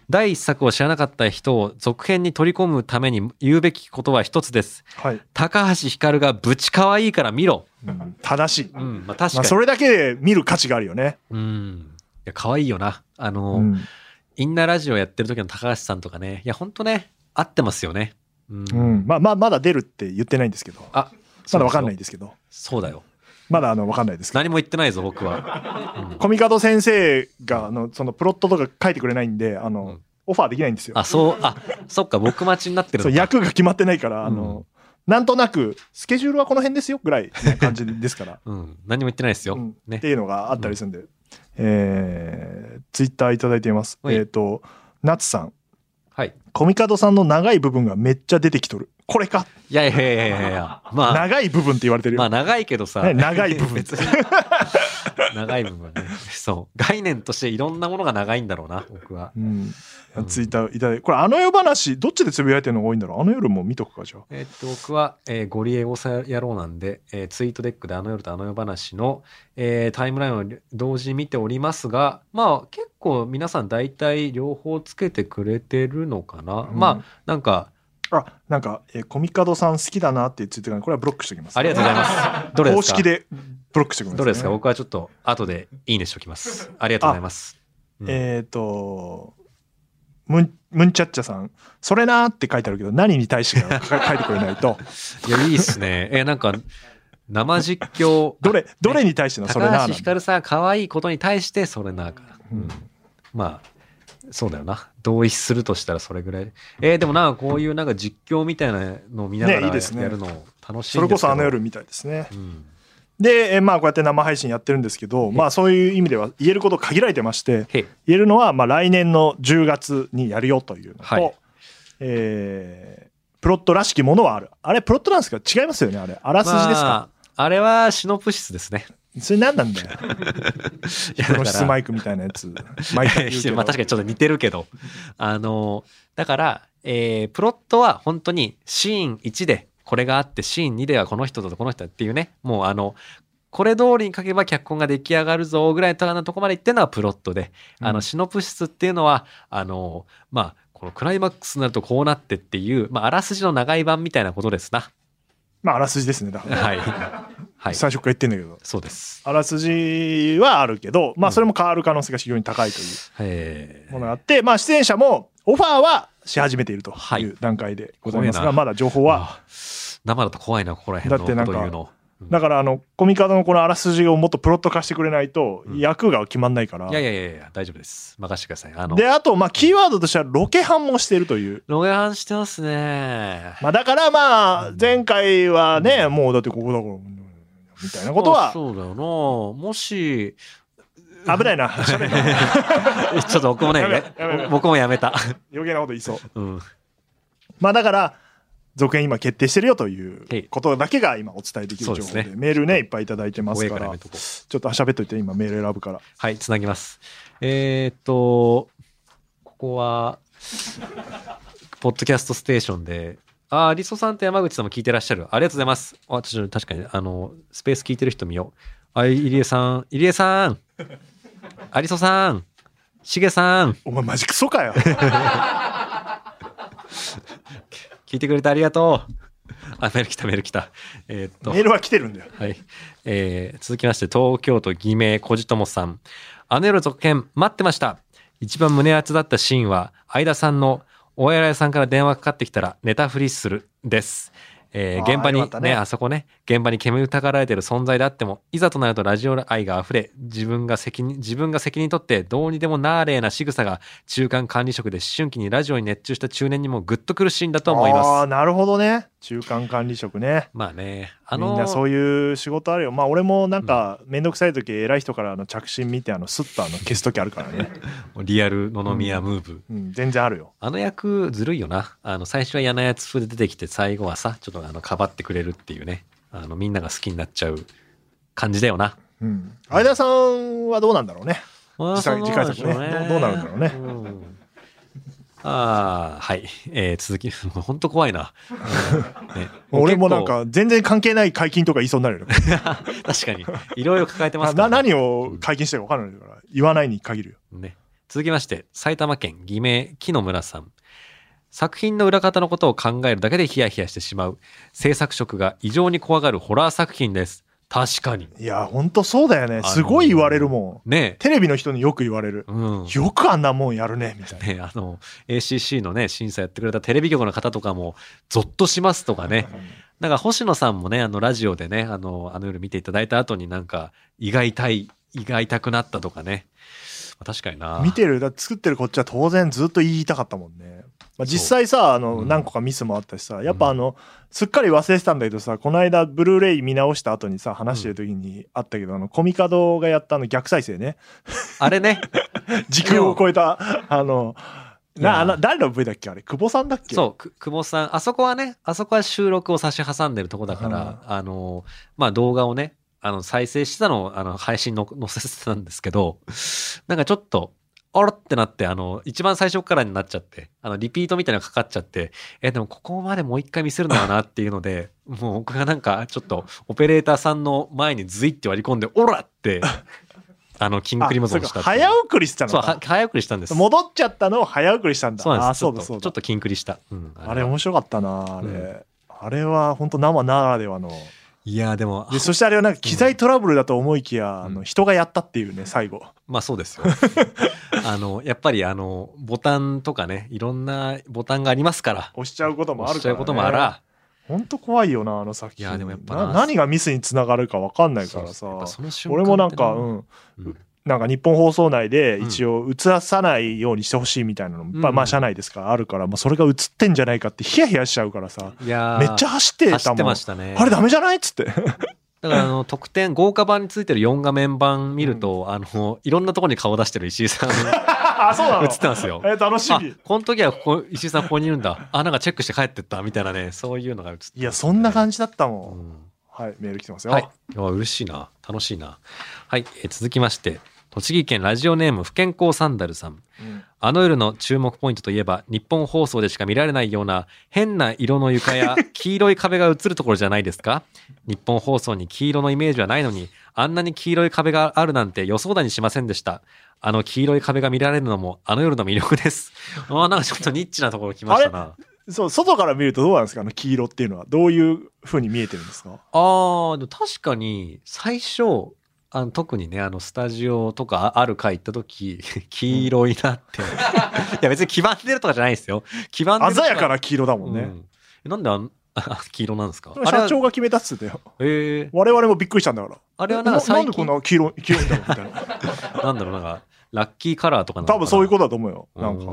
Speaker 2: 第一作を知らなかった人を続編に取り込むために言うべきことは一つです。
Speaker 1: はい、
Speaker 2: 高橋ひかるがぶちかわいいから見ろ。
Speaker 1: うん正しい、
Speaker 2: うん、まあ確か
Speaker 1: まあ、
Speaker 2: に。
Speaker 1: それだけで見る価値があるよね、
Speaker 2: うん。いや、可愛いよな。あの、
Speaker 1: うん
Speaker 2: インナーラジオやってる時の高橋さんとかね。いや、ほんとね、合ってますよね。うん。
Speaker 1: うんまあまあまだ出るって言ってないんですけど
Speaker 2: あ、
Speaker 1: まだわかんない
Speaker 2: そうですよ
Speaker 1: ですけど
Speaker 2: そうだよ。
Speaker 1: まだあのわかんないですけど
Speaker 2: 何も言ってないぞ、僕は。
Speaker 1: コミカド先生があのそのプロットとか書いてくれないんであの、
Speaker 2: うん
Speaker 1: オファーできないんですよ
Speaker 2: あ、そう、あ、そっか、僕待ちになってる
Speaker 1: そう
Speaker 2: のか。
Speaker 1: 役が決まってないからあ
Speaker 2: うん
Speaker 1: の、なんとなくスケジュールはこの辺ですよぐらいな感じですから、
Speaker 2: うん、何も言ってないですよ。
Speaker 1: うんっ
Speaker 2: ね
Speaker 1: て。いうのがあったりするんで、えー、ツイッターいただいています
Speaker 2: はい
Speaker 1: えっ、とナツさん
Speaker 2: はい。
Speaker 1: コミカドさんの長い部分がめっちゃ出てきとるこれか
Speaker 2: いやいやいやいやいや、まあ、
Speaker 1: 長い部分って言われてるよ、
Speaker 2: まあ長いけどさ、
Speaker 1: ね長い部分
Speaker 2: 別に 長い部分はね、そう、概念としていろんなものが長いんだろうな、僕は。
Speaker 1: うん、ツイッターいただいてこれあの夜話どっちでつぶやいてるのが多いんだろうあの夜も見とくかじゃあ
Speaker 2: えっと、僕は、えーゴリエゴサ野郎なんで、えーツイートデックであの夜とあの夜話の、えータイムラインを同時に見ておりますが、まあ結構皆さん大体両方つけてくれてるのかな。
Speaker 1: うん
Speaker 2: まあ、なんか、
Speaker 1: あなんか、えーコミカドさん好きだなっていうツイートがこれはブロックしておきます
Speaker 2: ありがとうござ います。どれですか
Speaker 1: 公式でブロックしておきます、
Speaker 2: どれですか僕はちょっと後でいいねしておきます。ありがとうござ います。うん
Speaker 1: えっ、とムンムンチャッチャさん「それな」って書いてあるけど何に対してか書書いてくれないと
Speaker 2: いや、いいっすね。え、なんか、生実況。
Speaker 1: どれどれに対しての「それな
Speaker 2: 高
Speaker 1: ーな
Speaker 2: 橋
Speaker 1: ん
Speaker 2: ひ
Speaker 1: だ
Speaker 2: かるさん、可愛いことに対して、それなかな、うん
Speaker 1: うん
Speaker 2: まあ、そうだよな。同意するとしたらそれぐらい。えーでもなんかこういうなんか実況みたいなのを見なが
Speaker 1: ねいい
Speaker 2: ら
Speaker 1: ですね
Speaker 2: やるの楽しい
Speaker 1: そ
Speaker 2: んですけど
Speaker 1: れこそあの夜みたいですね
Speaker 2: うん。
Speaker 1: で、えーまあこうやって生配信やってるんですけど、まあそういう意味では言えること限られてまして
Speaker 2: へい
Speaker 1: 言えるのはまあ来年の10月にやるよというのと、
Speaker 2: はい
Speaker 1: えープロットらしきものはあるあれプロットなんですか違いますよねあれあらすじですか、
Speaker 2: まあ、あれはシノプシスですね。
Speaker 1: それ何なんだよ
Speaker 2: いや
Speaker 1: プロ室マ
Speaker 2: イ
Speaker 1: イクみたいなや つ。毎回言うけど
Speaker 2: まあ確かにちょっと似てるけど。あの、だから、えープロットは本当にシーン1でこれがあって、シーン2ではこの人とこの人っていうね、もうあの、これ通りに書けば脚本が出来上がるぞぐらいのとこまで行ってるのはプロットで、あ
Speaker 1: う
Speaker 2: の、
Speaker 1: ん
Speaker 2: シノプシスっていうのは、あの、まあ、このクライマックスになるとこうなって っていう、まあ、あらすじの長い版みたいなことですな。
Speaker 1: まあ、あらすじですね、だから。
Speaker 2: はい。はい。
Speaker 1: 最初から言ってんだけど。
Speaker 2: そうです。
Speaker 1: あらすじはあるけど、まあ、それも変わる可能性が非常に高いという
Speaker 2: え
Speaker 1: もの
Speaker 2: ー、
Speaker 1: があって、まあ、出演者もオファーはし始めていると
Speaker 2: はいいう
Speaker 1: 段階でございます
Speaker 2: 怖
Speaker 1: が、
Speaker 2: いな
Speaker 1: まだ情報は。
Speaker 2: あ生だと怖いな、ここら辺のこと
Speaker 1: だってなんか
Speaker 2: 言うの。うん
Speaker 1: だから、あの、コミカドのこのあらすじをもっとプロット化してくれないと
Speaker 2: う、ん
Speaker 1: 役が決まんないから。
Speaker 2: いやいやいやいや、大丈夫です。任せてください。あの、
Speaker 1: で、あと、まあ、キーワードとしてはロケハンもしているという。
Speaker 2: ロゲハンしてますね。
Speaker 1: まあ、だから、まあ、前回はね、もうだってここだから、みたいなこと
Speaker 2: まあ
Speaker 1: は、
Speaker 2: そうだよな。もし、
Speaker 1: 危ない な。喋るな
Speaker 2: ちょっと僕もね
Speaker 1: やめろやめろ、
Speaker 2: 僕もやめた。
Speaker 1: 余計なこと言いそう。
Speaker 2: うん。
Speaker 1: まあだから、続編今決定してるよとい
Speaker 2: は
Speaker 1: う
Speaker 2: い
Speaker 1: ことだけが今お伝えできる情報
Speaker 2: そうで
Speaker 1: で、
Speaker 2: すね
Speaker 1: メールね、いっぱいいただいてま
Speaker 2: 怖
Speaker 1: す
Speaker 2: い
Speaker 1: か
Speaker 2: から
Speaker 1: ら、
Speaker 2: や
Speaker 1: ちょ
Speaker 2: めとこう。
Speaker 1: っと喋っといて、今メール選ぶから。
Speaker 2: はい、つなぎます。えーっと、ここは、ポッドキャストステーションで、あー、リソさんと山口さんも聞いてらっしゃる。ありがとうございます。あ、ちょっと確かに、あの、スペース聞いてる人見よう。あ、入江さん、入江さん、ありそさん、しげさん、
Speaker 1: お前マジクソかよ。
Speaker 2: 聞いてくれてありがとう。 あ、メール来た、メール来た。えーっ と
Speaker 1: メー。ルは来てるんだよ。
Speaker 2: はい。えー続きまして、東京都偽名、小じともさん。アネロ続編、待ってました。一番胸熱だったシーンは、相田さんの、お偉いさんから電話かかってきたら、ネタフリする、です。えー
Speaker 1: あー
Speaker 2: 現場に
Speaker 1: よかったね
Speaker 2: ね、あそこね、現場に煙たがられてる存在であっても、いざとなるとラジオ愛が溢れ、自分が責任、自分が責任取って、どうにでもなーれーな仕草が、中間管理職で思春期にラジオに熱中した中年にもぐっと苦しいんだと思い
Speaker 1: あ
Speaker 2: ま
Speaker 1: あ、
Speaker 2: す。
Speaker 1: なるほどね。中間管理職ね。
Speaker 2: まあね、あ
Speaker 1: み
Speaker 2: の
Speaker 1: んなそういう仕事あるよ。まあ俺もなんか、めんどくさい時、偉い人からあの着信見て、あの、スッとあの消す時あるから ね。
Speaker 2: リアル野々宮ムーブ。
Speaker 1: うん、全然あるよ。
Speaker 2: あの役ずるいよな。あの最初は嫌なやつ風で出てきて最後はさ、ちょっとあのかばってくれるっていうね。あのみんなが好きになっちゃう感じだよな。
Speaker 1: うん。相田さんはどうなんだろうね。
Speaker 2: ま
Speaker 1: 自作
Speaker 2: そうなんでしょう
Speaker 1: 自家作ねどうどうなるんだろうね
Speaker 2: んああ、はい。えー続き、 もうほんと怖 いな。うんね
Speaker 1: 俺もなんか、全然関係ない解禁とか言いそうになるよね。
Speaker 2: 結構確かに、いろいろ抱えて ます
Speaker 1: な
Speaker 2: ね
Speaker 1: 何を解禁してるか分からないから言わないに限るよ
Speaker 2: ね、続きまして埼玉県偽名木の村さん作品の裏方のことを考えるだけでヒヤヒヤしてしまう制作職が異常に怖がるホラー作品です確かに
Speaker 1: いやほんとそうだよね
Speaker 2: あのー
Speaker 1: すごい言われるもん
Speaker 2: ね
Speaker 1: テレビの人によく言われる
Speaker 2: え、うんね
Speaker 1: よくあんなもんやるねみたいな
Speaker 2: えあの ACC のね審査やってくれたテレビ局の方とかもゾッとしますとかねなんか星野さんもねあのラジオでねあのあの夜見ていただいた後になんか胃が痛い胃が痛くなったとかねまあ確かにな
Speaker 1: 見てるだ作ってるこっちは当然ずっと言いたかったもんね、まあ、実際さあの
Speaker 2: うん
Speaker 1: 何個かミスもあったしさやっぱあのすっかり忘れてたんだけどさこの間ブルーレイ見直した後にさ話してる時にあったけどあのコミカドがやったあの逆再生 ね
Speaker 2: あれね
Speaker 1: 時空を超えたあの
Speaker 2: いや
Speaker 1: なあの誰の V だっけあれ久保さんだっけ
Speaker 2: そう、く久保さん、あそこはね、あそこは収録を差し挟んでるとこだから、あの、まあ動画をね、あの再生してたのをあの配信の 載せてたんですけど、なんかちょっと、あらってなって、あの、一番最初からになっちゃって、あの、リピートみたいなのかかっちゃって、え、でもここまでもう一回見せるのかなっていうので、 もう僕がなんか、ちょっと、オペレーターさんの前にズイって割り込んで、おらって、あの、キングクリムゾン
Speaker 1: あ
Speaker 2: し
Speaker 1: そう
Speaker 2: た
Speaker 1: か
Speaker 2: っていう
Speaker 1: 早送りしてたの
Speaker 2: そう、
Speaker 1: か
Speaker 2: は早送りしたんです。
Speaker 1: 戻っちゃったのを早送りしたんだ。
Speaker 2: そうなん
Speaker 1: あ
Speaker 2: で
Speaker 1: ー
Speaker 2: す。
Speaker 1: そうだそうだ。
Speaker 2: ちょっとちょっとキンクリした。うん、
Speaker 1: あれ面白かったなあれ。
Speaker 2: うん
Speaker 1: あれは本当生ならではの。
Speaker 2: いやーでも、
Speaker 1: でそしてあれはなんか機材トラブルだと思いきや、
Speaker 2: ん
Speaker 1: あの人がやったっていうね最後。
Speaker 2: まあそう ですよ。あの、やっぱりあの、ボタンとかね、いろんなボタンがありますから。
Speaker 1: 押しちゃうこともあ
Speaker 2: 押
Speaker 1: る
Speaker 2: し
Speaker 1: か
Speaker 2: ちゃ
Speaker 1: ら、
Speaker 2: う
Speaker 1: ね。
Speaker 2: こともあら。
Speaker 1: 本当怖いよなあの作品。
Speaker 2: いやでもやっぱな
Speaker 1: な何がミスにつながるかわかんないから
Speaker 2: そうやっ
Speaker 1: さ
Speaker 2: ぱ。その瞬間
Speaker 1: 俺もなんか、
Speaker 2: って
Speaker 1: うん、
Speaker 2: うん
Speaker 1: なんか日本放送内で一応映さないようにしてほしいみたいなのも、まあ
Speaker 2: うん
Speaker 1: まあ社内ですからあるから、もうそれが映ってんじゃないかってヒヤヒヤしちゃうからさ。
Speaker 2: いやー
Speaker 1: めっちゃ走って
Speaker 2: 走
Speaker 1: た
Speaker 2: って
Speaker 1: もん
Speaker 2: ま。したね。
Speaker 1: あれダメじゃないっつっ て。
Speaker 2: だからあの、特典、豪華版についてる4画面版見ると、あの、いろんなところに顔出してる石井 さん映
Speaker 1: あ、そうなの
Speaker 2: ってますよ。
Speaker 1: え、楽し
Speaker 2: あ
Speaker 1: み。、
Speaker 2: この時はここ、石井さんここにいるんだ。あ、なんかチェックして帰ってったみたいなね、そういうのが映ってますね、
Speaker 1: いや、そんな感
Speaker 2: じ。
Speaker 1: じだったもん。はい、メール来てますよ。
Speaker 2: はい。いや、嬉しいな。楽しいな。はい。えー続きまして、栃木県ラジオネーム不健康サンダルさん。
Speaker 1: うん
Speaker 2: あの夜の注目ポイントといえば、日本放送でしか見られないような変な色の 床や黄色い壁が映るところじゃないですか日本放送に黄色のイメージはないのに、あんなに黄色い壁があるなんて予想だにしませんでした。あの黄色い壁が見られるのも、あの夜の魅力です。ああ、なんかちょっとニッチなところ来ましたな。
Speaker 1: そう、外から見るとどうなんですかあの黄色っていうのは。どういう風に見えてるんですか
Speaker 2: ああ、でも確かに、最初、あの特にね、あの、スタジオとかあある回行った時、 黄色いなって。いや、別に黄ばんでるとかじゃないですよ。黄ばんでると
Speaker 1: 鮮やかな黄色だもん
Speaker 2: う
Speaker 1: ね。
Speaker 2: んえなんであん あ黄色なんですかあれ
Speaker 1: 社
Speaker 2: は
Speaker 1: 長が決めたっつってたよ。
Speaker 2: えー
Speaker 1: 我々もびっくりしたんだから。
Speaker 2: あれは
Speaker 1: な
Speaker 2: な
Speaker 1: な
Speaker 2: んか
Speaker 1: ん
Speaker 2: 最
Speaker 1: でこ
Speaker 2: 近
Speaker 1: んな黄色い黄色いんだろうみたい な。
Speaker 2: なんだろうなんかラッキーカラーとかなのかな
Speaker 1: 多分そういうことだと思うよ。なん
Speaker 2: う
Speaker 1: か、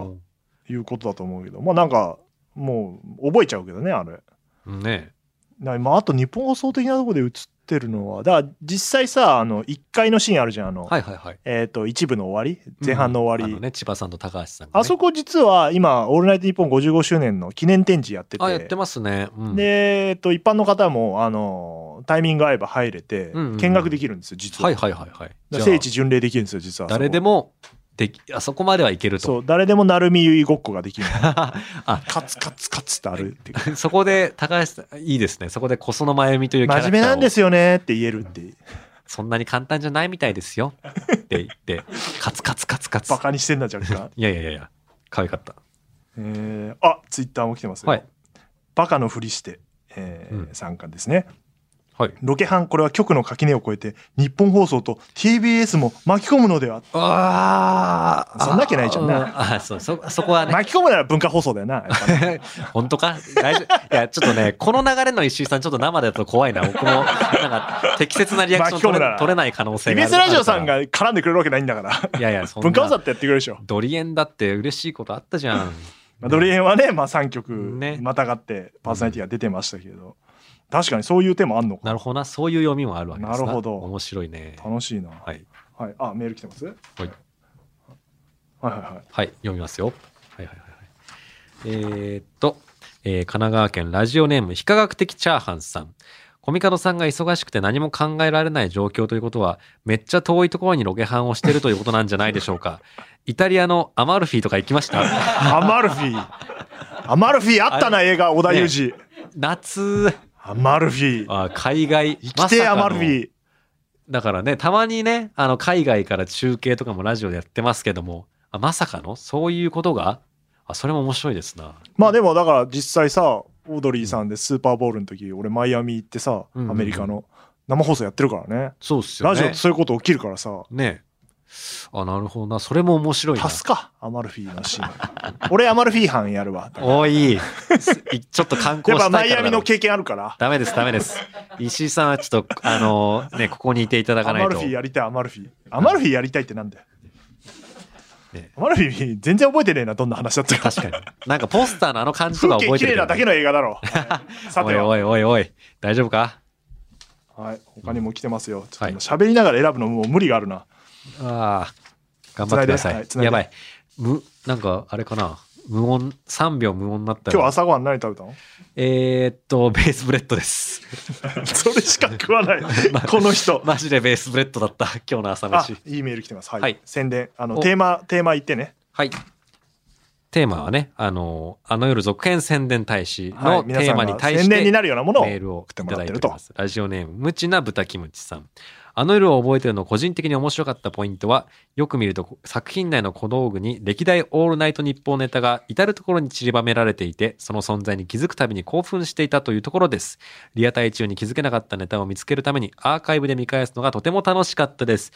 Speaker 1: いうことだと思うけど。まあなんか、もう覚えちゃうけどね、あれ。
Speaker 2: うんね
Speaker 1: なまあ、あと日本放送的なとこで映ってるのは、だから実際さ、あの、1階のシーンあるじゃん、あの、
Speaker 2: はいはいはい
Speaker 1: えっ、と、一部の終わり前半の終わ
Speaker 2: あ
Speaker 1: り。
Speaker 2: のね千葉さんと高橋さんがね
Speaker 1: あそこ実は今、オールナイトニッポン55周年の記念展示やってて。
Speaker 2: あやってますねうん
Speaker 1: で、えっと、一般の方も、あの、タイミング合えば入れて
Speaker 2: うんうん、
Speaker 1: 見学できるんですよ、実は。
Speaker 2: はいはいはいはい
Speaker 1: だから
Speaker 2: じゃあ
Speaker 1: 聖地巡礼できるんですよ、実は。
Speaker 2: 誰で
Speaker 1: も。
Speaker 2: もできあそこまではいける
Speaker 1: そ
Speaker 2: と
Speaker 1: う、誰でも成海結衣ごっこができる。
Speaker 2: あ
Speaker 1: カツカツカツってあるっていう。
Speaker 2: そこで高橋さんいいですねそ こで小園真由美というキャラ
Speaker 1: 真
Speaker 2: クタ
Speaker 1: 面
Speaker 2: ーを
Speaker 1: 目なんですよねって言えるっていう。
Speaker 2: そんなに簡単じゃないみたいですよって言ってカツカツカツカツ
Speaker 1: バカにしてんな、若 干。
Speaker 2: いやいやいやいや可愛かった
Speaker 1: えーあ、ツイッターも来てますよ。
Speaker 2: はい
Speaker 1: バカのふりして、えー
Speaker 2: うん
Speaker 1: 参加ですね。
Speaker 2: はい
Speaker 1: ロケハン、これは局の垣根を越えて、日本放送と TBS も巻き込むのでは。
Speaker 2: ああ
Speaker 1: そんなわけないじゃんな
Speaker 2: ああそうそそこはね
Speaker 1: 巻き込むなら文化放送だよな。やっ ぱり
Speaker 2: 本当か大丈夫いやちょっとねこの流れの石井さんちょっと生だと怖いな僕もなんか適切なリアクショ
Speaker 1: 巻
Speaker 2: ン取
Speaker 1: き込むな
Speaker 2: れ
Speaker 1: ら
Speaker 2: 取れない可能性がある
Speaker 1: TBS ラジオさんが絡んでくれるわけないんだから。
Speaker 2: いやいやそんな
Speaker 1: 文化放送だってやってくれるでしょ。
Speaker 2: ドリエンだって嬉しいことあったじゃん
Speaker 1: まあ、ドリエンはね、まあ、3曲
Speaker 2: ね
Speaker 1: またがってパーソナリティが出てましたけど、確かにそういう手もあんのか
Speaker 2: なるほどなそういう読みもあるわけです
Speaker 1: な
Speaker 2: な
Speaker 1: るほど
Speaker 2: 面白いね
Speaker 1: 楽しいな、は
Speaker 2: はい
Speaker 1: いあメール来てますはい
Speaker 2: はい
Speaker 1: はいはい
Speaker 2: はい、読みますよ。はいはいはいはい。えーっと、えー神奈川県ラジオネーム非科学的チャーハンさん。コミカドさんが忙しくて何も考えられない状況ということは、めっちゃ遠いところにロケハンをしてるということなんじゃないでしょうか。 イタリアのアマルフィとか行きました。
Speaker 1: アマルフィアマルフィあったな映画織田裕二、
Speaker 2: 夏、
Speaker 1: アマルフィ
Speaker 2: あ海外、
Speaker 1: 生きてアマルフ
Speaker 2: まさかの
Speaker 1: ィ
Speaker 2: だからね、たまにね、あの、海外から中継とかもラジオでやってますけども、あまさかのそういうことがあ、それも面白いですな。
Speaker 1: まあでもだから実際さオードリーさんでスーパーボールの時俺マイアミ行ってさア
Speaker 2: うんうん
Speaker 1: メリカの生放送やってるからね
Speaker 2: そうっすよ
Speaker 1: ラ
Speaker 2: ね。
Speaker 1: ジオってそういうこと起きるからさ
Speaker 2: ねえ。あ、なるほどな。それも面白いな
Speaker 1: 足。すかアマルフィのシーン俺アマルフィ班やるわ
Speaker 2: お い、すちょっと観
Speaker 1: や
Speaker 2: 光
Speaker 1: っぱ
Speaker 2: したいから
Speaker 1: マイアミ
Speaker 2: だろ
Speaker 1: の経験あるから
Speaker 2: ダメです、ダメです。石井さんはちょっと、あのね、ここにいていただか
Speaker 1: ア
Speaker 2: ない
Speaker 1: マル
Speaker 2: と
Speaker 1: フィ。やりたいアマルフィアマルフィやりたいってなんだよ、
Speaker 2: ね
Speaker 1: アマルフィ全然覚えてねえなどんな話だったか
Speaker 2: 確かに。なんかポスターのあの感じと
Speaker 1: 風
Speaker 2: か覚
Speaker 1: 景
Speaker 2: えて
Speaker 1: 綺麗
Speaker 2: るけど
Speaker 1: なだけの映画だろ うさ
Speaker 2: お
Speaker 1: て
Speaker 2: い
Speaker 1: は
Speaker 2: おいおいおい、大丈夫か
Speaker 1: はい、他にも来てますよちょっと
Speaker 2: はい
Speaker 1: 今喋りながら選ぶのもう無理があるな
Speaker 2: ああ、頑張ってください。
Speaker 1: 繋いではい繋いで
Speaker 2: やばい。む、なんか、あれかな。無音、3秒無音になったら。
Speaker 1: 今日朝ごはん何食べたの
Speaker 2: えーっと、ベースブレッドです。
Speaker 1: それしか食わ ないこの人
Speaker 2: マジでベースブレッドだった。今日の朝
Speaker 1: あ
Speaker 2: 飯。
Speaker 1: いいメール来てますはい、
Speaker 2: はい
Speaker 1: 宣伝あの
Speaker 2: お
Speaker 1: テーマテーマ言ってね
Speaker 2: はい。テーマはね、あの、あの夜続編宣伝大使
Speaker 1: は
Speaker 2: の
Speaker 1: い皆
Speaker 2: テ
Speaker 1: さ
Speaker 2: ー
Speaker 1: ん
Speaker 2: マ
Speaker 1: が
Speaker 2: に対し
Speaker 1: 宣伝
Speaker 2: て
Speaker 1: に
Speaker 2: メ
Speaker 1: なるようなものを
Speaker 2: ールを
Speaker 1: 送って
Speaker 2: い
Speaker 1: も
Speaker 2: た
Speaker 1: らっ
Speaker 2: だい
Speaker 1: て
Speaker 2: て
Speaker 1: る
Speaker 2: お
Speaker 1: と
Speaker 2: ります。ラジオネーム、無知な豚キムチさん。あの夜を覚えてるの個人的に面白かったポイントは、よく見ると作品内の小道具に歴代オールナイト日報ネタが至るところに散りばめられていて、その存在に気づくたびに興奮していたというところです。リアタイ中に気づけなかったネタを見つけるためにアーカイブで見返すのがとても楽しかったです。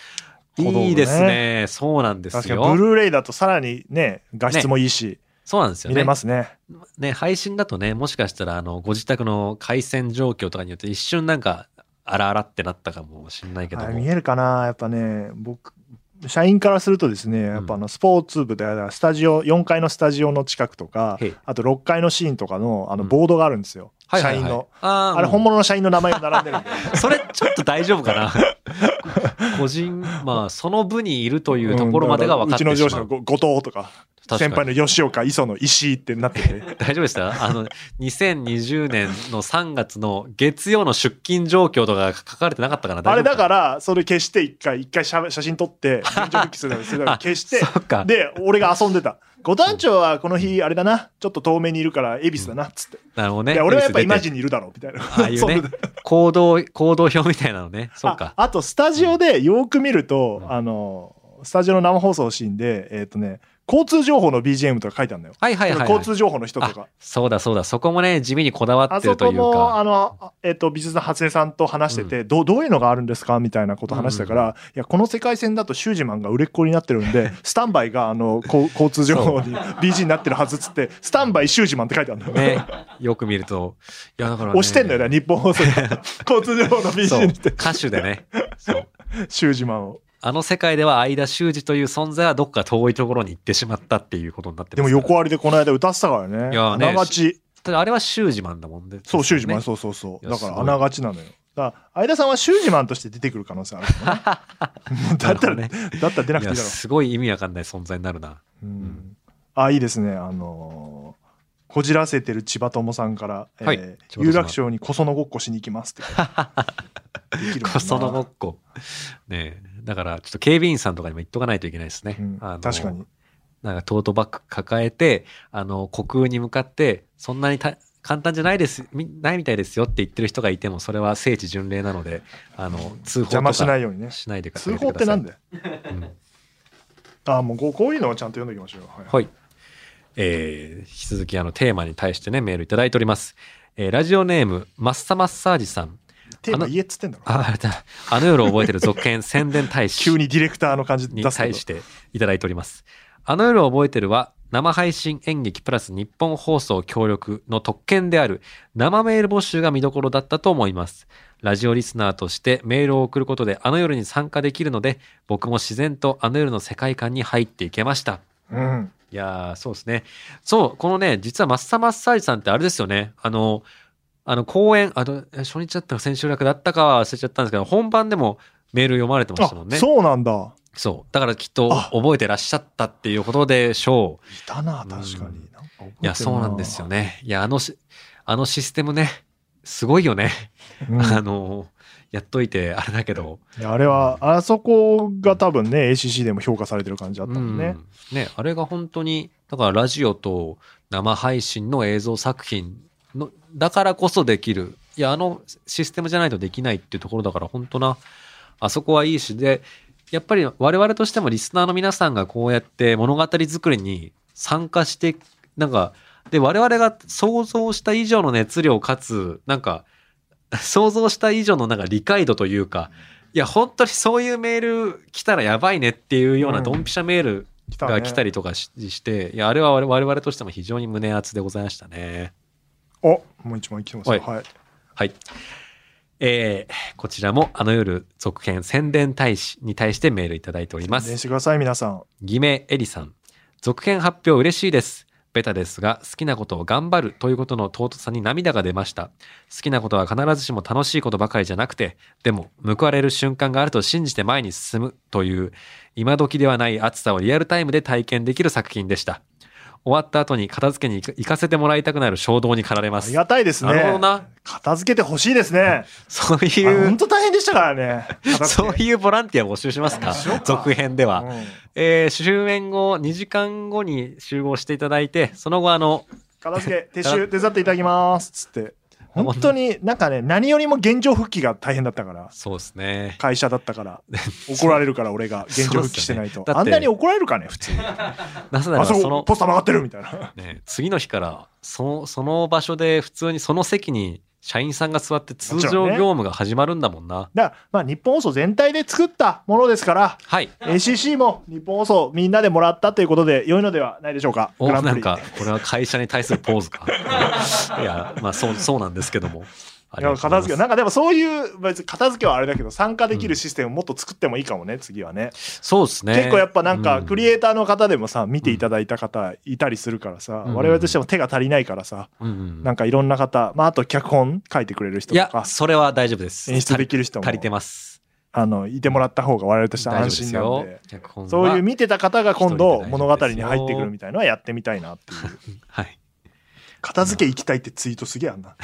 Speaker 1: 小道具ね
Speaker 2: いいですね。そうなんですよ。
Speaker 1: 確かにブルーレイだとさらにね画質もいいし、
Speaker 2: そうなんですよ
Speaker 1: 見
Speaker 2: ね
Speaker 1: れ。ますね
Speaker 2: ね、配信だとね、もしかしたら、あの、ご自宅の回線状況とかによって一瞬なんか、あらあらってなったかもしれないけど
Speaker 1: あ
Speaker 2: も。
Speaker 1: 見えるかなやっぱね僕社員からするとですねやっぱあのスポーツ部でスタジオ4階のスタジオの近くとか
Speaker 2: へい
Speaker 1: あと6階のシーンとかのあのボードがあるんですよ、
Speaker 2: はいは
Speaker 1: 社
Speaker 2: いはい
Speaker 1: 員の。
Speaker 2: あー
Speaker 1: あれ本物の社員の名前が並んでるんで
Speaker 2: うんそれちょっと大丈夫か な。個人、まあ、 その部にいるというところまでが分かってしまう。
Speaker 1: んだらうちの上司のご後藤とか
Speaker 2: 確か
Speaker 1: 先
Speaker 2: に
Speaker 1: 輩の吉岡磯野石井ってなってて
Speaker 2: 大丈夫でしたあの、2020年の3月の月曜の出勤状況とかが書かれてなかったから、
Speaker 1: あれだかららそれ消して一回一回写写真撮って現状復帰するためにそれだけ消して
Speaker 2: そっか。
Speaker 1: で俺が遊んでた五団長はこの日あれだなちょっと遠目にいるから恵比寿だなっつって、
Speaker 2: なるほどね。
Speaker 1: いや俺はやっぱ
Speaker 2: ニ
Speaker 1: イ
Speaker 2: ュー
Speaker 1: マジ
Speaker 2: ス出て
Speaker 1: ンにいるだろうみたいな
Speaker 2: ああいう
Speaker 1: それ
Speaker 2: ね
Speaker 1: で、
Speaker 2: 行動、行動表みたいなのね。そうか。
Speaker 1: ああとスタジオでよく見ると、あのスタジオの生放送のシーンで、えっ、とね、交通情報の BGM とか書いてあるのよ。
Speaker 2: はいはいはい、はい。
Speaker 1: 交通情報の人とか
Speaker 2: あ。そうだそうだ。そこもね、地味にこだわ
Speaker 1: あ
Speaker 2: ってる
Speaker 1: そ
Speaker 2: とい
Speaker 1: こ
Speaker 2: うか。
Speaker 1: も、あの、あえっ、と、美術の初音さんと話してて、どうどういうのがあるんですかみたいなこと話したから、いや、この世界線だとシュージマンが売れっ子になってるん で、スタンバイが、あの、こう交通情報に BG になってるはずっつって、スタンバイシュージマンって書いてあるのよ。
Speaker 2: ね、よく見ると。いや、だから、ね。
Speaker 1: 押してんのよね、日本放送 が交通情報の
Speaker 2: そう
Speaker 1: BG にして、
Speaker 2: 歌手でね。そう。
Speaker 1: シュージマンを。
Speaker 2: あの世界では相田修二という存在はどっか遠いところに行ってしまったっていうことになって
Speaker 1: で
Speaker 2: ま
Speaker 1: も
Speaker 2: す
Speaker 1: 横割りでこの間歌ってたからね。
Speaker 2: いやーね
Speaker 1: あながち。
Speaker 2: ただあれは修二マンだもんね。
Speaker 1: そう、シュージマン、
Speaker 2: ね
Speaker 1: そうそうそう。
Speaker 2: い
Speaker 1: だ
Speaker 2: や
Speaker 1: か
Speaker 2: す
Speaker 1: ら、
Speaker 2: ごい
Speaker 1: あながちなのよ。だから、相田さんはシュージマンとして出てくる可能性ある からね、だったら、
Speaker 2: なる
Speaker 1: だったら出なく
Speaker 2: い
Speaker 1: てい
Speaker 2: や、
Speaker 1: いだろう。
Speaker 2: すごい意味わかんない存在になるな。
Speaker 1: うんあ、いいですね。あのーこじらせてる千葉友さんから、えー
Speaker 2: はい千葉友様
Speaker 1: 有楽町にこそのごっこしに行きます って。できるもんな
Speaker 2: こそのごっこ。ねえだから、ちょっと警備員さんとかにも言っとかないといけないですね。
Speaker 1: うん
Speaker 2: あの
Speaker 1: 確かに。
Speaker 2: なんかトートバッグ抱えて、あの、虚空に向かって、そんなにた簡単じゃないです、みないみたいですよって言ってる人がいても、それは聖地巡礼なので、あの、通報と
Speaker 1: 邪
Speaker 2: か
Speaker 1: 魔しないようにね。
Speaker 2: しないでくださ
Speaker 1: 通
Speaker 2: い。
Speaker 1: 報ってなん だよ。
Speaker 2: うん
Speaker 1: あ、もうこうこういうのをちゃんと読んでおきましょうよ。はい
Speaker 2: はい。えー引き続きあのテーマに対してね、メールいただいております。えーラジオネーム、マッサマッサージさん。
Speaker 1: テーマ言えっつってんだろ。
Speaker 2: あ、あれだ。あの夜を覚えてる続編、宣伝大使。
Speaker 1: 急にディレクターの感じ
Speaker 2: に
Speaker 1: 出すけ
Speaker 2: 対
Speaker 1: ど
Speaker 2: し。ていただいております。あの夜を覚えてるは、生配信演劇プラス日本放送協力の特権である生メール募集が見どころだったと思います。ラジオリスナーとしてメールを送ることであの夜に参加できるので、僕も自然とあの夜の世界観に入っていけました。
Speaker 1: うん。
Speaker 2: いやー、そうですね。そう、このね、実はマッサマッサージさんってあれですよね。あの、あの、公演、あの、え初日だったか先週だかだったかは忘れちゃったんですけど、本番でもメール読まれてましたも
Speaker 1: あ
Speaker 2: ん、ね。
Speaker 1: そうなんだ。
Speaker 2: そう。だからきっと
Speaker 1: あ
Speaker 2: 覚えてらっしゃったっていうことでしょう。
Speaker 1: いたな、確か
Speaker 2: う
Speaker 1: に
Speaker 2: ん。
Speaker 1: か覚えてる
Speaker 2: いや、そうなんですよ。ね。いや、あのし、あのシステムね、すごいよね。
Speaker 1: うん
Speaker 2: あの、やっといて、あれだけど。
Speaker 1: いやあれは、あそこが多分ね、ACC でも評価されてる感じだったもんね。
Speaker 2: うんね、あれが本当に、だからラジオと生配信の映像作品の、だからこそできる。いや、あのシステムじゃないとできないっていうところだから、本当な、あそこはいいし、で、やっぱり我々としてもリスナーの皆さんがこうやって物語作りに参加して、なんか、で、我々が想像した以上の熱量かつ、なんか、 想像した以上のなんか理解度というか、いや、本当にそういうメール来たらやばいねっていうよう
Speaker 1: う
Speaker 2: なんドンピシャメール
Speaker 1: 来た
Speaker 2: が来た
Speaker 1: り。
Speaker 2: りとかし,、して、いや、あれは我々我々としても非常に胸熱でございましたね。
Speaker 1: おもう一枚来てますよ。
Speaker 2: は
Speaker 1: はい。
Speaker 2: はい。えーこちらもあの夜続編宣伝大使に対してメールいただいておりま
Speaker 1: 伝
Speaker 2: す。
Speaker 1: してください、皆さん。
Speaker 2: 偽名エリさん。続編発表嬉しいです。ベタですが、好きなことを頑張るということの尊さに涙が出ました。好きなことは必ずしも楽しいことばかりじゃなくて、でも報われる瞬間があると信じて前に進むという、今時ではない熱さをリアルタイムで体験できる作品でした。終わった後に片付けに行か行かせてもらいたくなる衝動に駆られま
Speaker 1: あり
Speaker 2: す。
Speaker 1: がたいです
Speaker 2: なるほど
Speaker 1: ね。
Speaker 2: な。
Speaker 1: 片付けてほしいです ね。
Speaker 2: そうい
Speaker 1: 本
Speaker 2: う、
Speaker 1: 当大変でしたからね。片付
Speaker 2: そう
Speaker 1: け
Speaker 2: いうボランティア募集しますか
Speaker 1: しようか
Speaker 2: 続編では。
Speaker 1: うん
Speaker 2: えー終演後、2時間後に集合していただいて、その後、あの、
Speaker 1: 片付け、撤収手伝っていただきます。つって。本当になんかね、何よりも現状復帰が大変だったから。
Speaker 2: そうですね。
Speaker 1: 会社だった から。怒られるから、俺が現状復帰してない
Speaker 2: そう
Speaker 1: と
Speaker 2: っす。よねだ
Speaker 1: あ
Speaker 2: っ
Speaker 1: ん
Speaker 2: て
Speaker 1: なに怒られるかね、普通。
Speaker 2: なぜなら
Speaker 1: あ
Speaker 2: ば
Speaker 1: そ
Speaker 2: そ
Speaker 1: こ
Speaker 2: の、
Speaker 1: ポスター曲がってるみたいな。
Speaker 2: ね、次の日からその、その場所で普通にその席に社員さんが座って通
Speaker 1: もちろ
Speaker 2: 常
Speaker 1: ん
Speaker 2: 業
Speaker 1: ね
Speaker 2: 務が始まるんだもんな。
Speaker 1: だから、まあ、日本放送全体で作ったものですから、
Speaker 2: はい。
Speaker 1: ACC も日本放送みんなでもらったということで良いのではないでしょうか。
Speaker 2: お
Speaker 1: グランプ
Speaker 2: な
Speaker 1: リ
Speaker 2: んか、これは会社に対するポーズ か。いや、まあ、そう、そうなんですけども。あ
Speaker 1: い
Speaker 2: りが
Speaker 1: や
Speaker 2: とうございま
Speaker 1: 片
Speaker 2: す
Speaker 1: 付けなんかでもそういう別に片付けはあれだけど参加できるシステムをもっと作ってもいいかもね、次はね
Speaker 2: そうですね。
Speaker 1: 結構やっぱなんかクリ
Speaker 2: エ、
Speaker 1: エイターの方でもさ見ていただいた方いたりするからさ、
Speaker 2: うん
Speaker 1: 我々としても手が足りないからさ、
Speaker 2: うんうん
Speaker 1: なんかいろんな方、まあ、あと脚本書いてくれる人
Speaker 2: い
Speaker 1: と
Speaker 2: や、
Speaker 1: か
Speaker 2: それは大丈夫です。
Speaker 1: 演出できる人も
Speaker 2: 足りてます。
Speaker 1: あのいてもらった方が我々としては
Speaker 2: 大丈夫で
Speaker 1: 安心
Speaker 2: す
Speaker 1: なん
Speaker 2: よ
Speaker 1: で。
Speaker 2: 脚本は
Speaker 1: そういう見てた方が今
Speaker 2: 一人
Speaker 1: 度
Speaker 2: で大丈夫ですよ
Speaker 1: 物語に入ってくるみたいのはやってみたいなっていう
Speaker 2: はい。
Speaker 1: 片付け行きたいってツイートすげえあんな。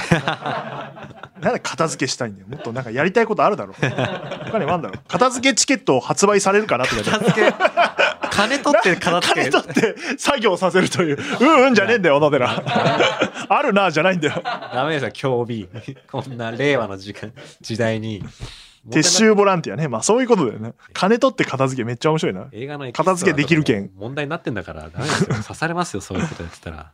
Speaker 1: なんで片付けしたいんだよ。もっとなんかやりたいことあるだろう。他にもあんだろう。片付けチケットを発売されるかなって書いてあ
Speaker 2: 片
Speaker 1: る。
Speaker 2: 付け、金取って片付
Speaker 1: 金
Speaker 2: け。
Speaker 1: 取って作業させるという。うんうんじゃねえんだよ、小野寺。あるな、じゃないんだよ。
Speaker 2: ダメですよ、今日 B。こんな令和の時間時代に、
Speaker 1: 撤収ボランティアね。まあそういうことだよね。金取って片付けめっちゃ面白いな。
Speaker 2: 映画のエキスト
Speaker 1: 片
Speaker 2: ラ
Speaker 1: 付けできる件
Speaker 2: とかも問題になってんだからダメですよ刺されますよそういうことやってたら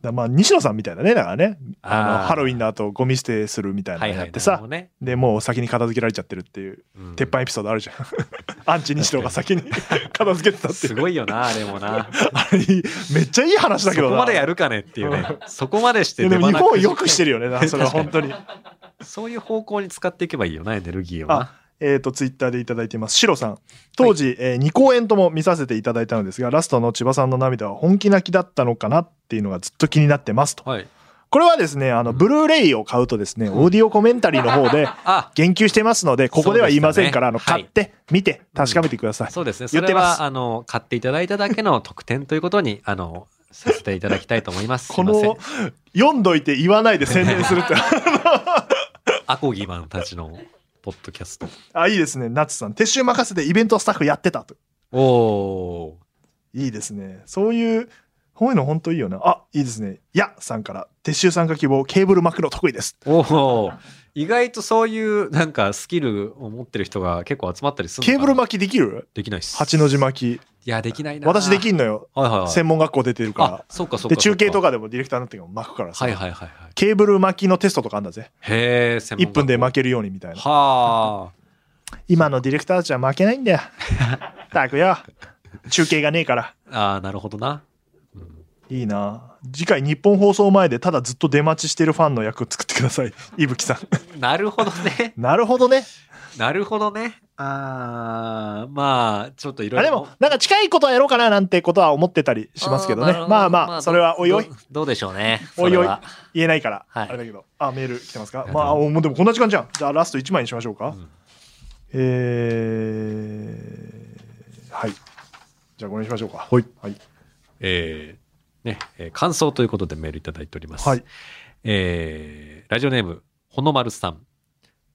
Speaker 1: だまあ西野さんみたいだね。だからね。あの
Speaker 2: あー
Speaker 1: ハロウィンの後ゴミ捨てするみたいなのやってさ、
Speaker 2: なるほどね
Speaker 1: でもう先に片付けられちゃってるっていう、
Speaker 2: うん
Speaker 1: 鉄板エピソードあ るじゃん。アンチ西野が先に片付けてたってい
Speaker 2: す
Speaker 1: う。
Speaker 2: ごいよなあれもな
Speaker 1: あれ めっちゃいい話だ
Speaker 2: そ
Speaker 1: けどな。
Speaker 2: こまでやるかねっていうねそこまでし
Speaker 1: い
Speaker 2: て
Speaker 1: やでも
Speaker 2: 手
Speaker 1: 日
Speaker 2: 放
Speaker 1: 本をよくしてるよね
Speaker 2: 確かに
Speaker 1: それは本当に。
Speaker 2: そういう方向に使っていけばいいよなエネルギーをな
Speaker 1: えっ、と、ツイッターでいただいています。シロさん。当時、え2公演とも見させていただいたのですが、ラストの千葉さんの涙は本気泣きだったのかなっていうのがずっと気になってますと。
Speaker 2: はい
Speaker 1: これはですね、あの、
Speaker 2: うん
Speaker 1: ブルーレイを買うとですね、
Speaker 2: うん
Speaker 1: オーディオコメンタリーの方 で
Speaker 2: あ
Speaker 1: 言及してますので、ここでは言いませんから、あの、
Speaker 2: そう
Speaker 1: 買っ
Speaker 2: です
Speaker 1: て、見て、確かめてください。
Speaker 2: そうですね
Speaker 1: 言
Speaker 2: そ
Speaker 1: って
Speaker 2: れ
Speaker 1: ます
Speaker 2: はあの買っていただいただけの特典ということにあのさせていただきたいと思います
Speaker 1: こ
Speaker 2: すいま
Speaker 1: の
Speaker 2: せん、
Speaker 1: 読んどいて言わないで宣伝す るって。
Speaker 2: アコギマンたちのポッドキャスト
Speaker 1: あ、いいですね、ナッツさん。撤収任せてイベントスタッフやってたと。
Speaker 2: おお
Speaker 1: いいですね。そういう、こういうの本当いいよな。あ、いいですね。やさんから、撤収参加希望、ケーブル巻くの得意です。
Speaker 2: ーおお意外とそういうなんかスキルを持ってる人が結構集まったりするのか
Speaker 1: ケ
Speaker 2: な
Speaker 1: ーブル巻きできる
Speaker 2: できないっす
Speaker 1: 八の字巻き。
Speaker 2: いやできないな
Speaker 1: 私でき
Speaker 2: ん
Speaker 1: んのよ。
Speaker 2: はいはい、はい、
Speaker 1: 専門学校出てる
Speaker 2: あ
Speaker 1: か
Speaker 2: そうか
Speaker 1: ら。
Speaker 2: そ
Speaker 1: で、
Speaker 2: うか
Speaker 1: 中継と
Speaker 2: か
Speaker 1: かでもディレクターになってるから巻くからさ。
Speaker 2: はいはいはいはい
Speaker 1: ケーブル巻きのテストとかあんだぜ。
Speaker 2: へえ専門
Speaker 1: 1
Speaker 2: 学校
Speaker 1: 分で巻けるようにみたいな。
Speaker 2: はあ
Speaker 1: 今のディレクターたちは負けないんだよ。ったくよ。中継がねえから。
Speaker 2: ああなるほどな、うん
Speaker 1: いいな次回日本放送前でただずっと出待ちしてるファンの役を作ってください。いぶきさん。
Speaker 2: なるほどね
Speaker 1: なるほどね。
Speaker 2: なるほどねあーまあちょっといろ
Speaker 1: あ
Speaker 2: いろ
Speaker 1: でも、なんか近いことはやろうかななんてことは思ってたりしますけどね。
Speaker 2: あーなるほ
Speaker 1: まあまあ、それはおいおい
Speaker 2: ど。どうでしょうね
Speaker 1: おいおい
Speaker 2: それは
Speaker 1: 言えないから、
Speaker 2: はい
Speaker 1: あれだけど。あ、メール来てますか
Speaker 2: いや
Speaker 1: まあ、
Speaker 2: ど
Speaker 1: おもうでもこんな時間じゃん。じゃあラスト1枚にしましょうか。
Speaker 2: ん
Speaker 1: えー、はい。じゃあこれにしましょうか。はい。はい。
Speaker 2: えーねえー感想ということでメールいただいております、
Speaker 1: はい
Speaker 2: えーラジオネームほのまるさん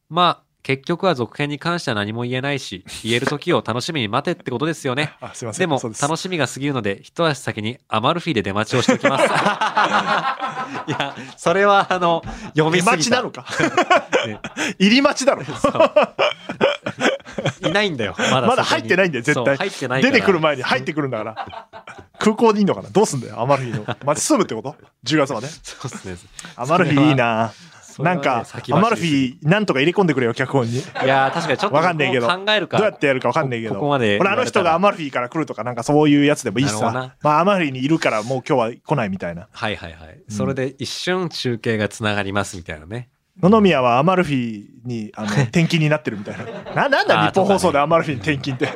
Speaker 2: まあ結局は続編に関しては何も言えないし言える時を楽しみに待てってことですよね
Speaker 1: あ、すいません。
Speaker 2: でも
Speaker 1: そうです
Speaker 2: 楽しみが過ぎるので一足先にアマルフィで出待ちをしてお きますいやそれはあの読み
Speaker 1: 出
Speaker 2: すぎた
Speaker 1: 待ちなのか入り待ち だろ。
Speaker 2: そういないんだよまだ
Speaker 1: まだ入ってないんだよ絶対
Speaker 2: そう入ってないか
Speaker 1: 出
Speaker 2: ら
Speaker 1: てくる前に入ってくるんだから。空港にいんのかなどうすんだよ、アマルフィの。まず住むってこと ?10 月まで。
Speaker 2: そうですね
Speaker 1: アマルフィいいな
Speaker 2: それ は
Speaker 1: な
Speaker 2: ね
Speaker 1: んか、
Speaker 2: 先走りすぎ
Speaker 1: アマルフィなんとか入れ込んでくれよ、脚本に。
Speaker 2: いやー確かにちょっと
Speaker 1: わかんねえけど
Speaker 2: 考えるか
Speaker 1: どうやってやるか分かんないけど。
Speaker 2: ここまで
Speaker 1: 俺、あの人がアマルフィから来るとか、なんかそういうやつでもいいし
Speaker 2: なるほど
Speaker 1: さ
Speaker 2: な。
Speaker 1: まあ、アマルフィにいるからもう今日は来ないみたいな。
Speaker 2: はいはいはい、それで一瞬中継がつながりますみたいなね
Speaker 1: 野々宮はアマルフィに、 あの、転勤になってるみたいな。な、なんだ
Speaker 2: あー
Speaker 1: 日本放送
Speaker 2: とか
Speaker 1: で
Speaker 2: ね
Speaker 1: アマルフィに転勤 って。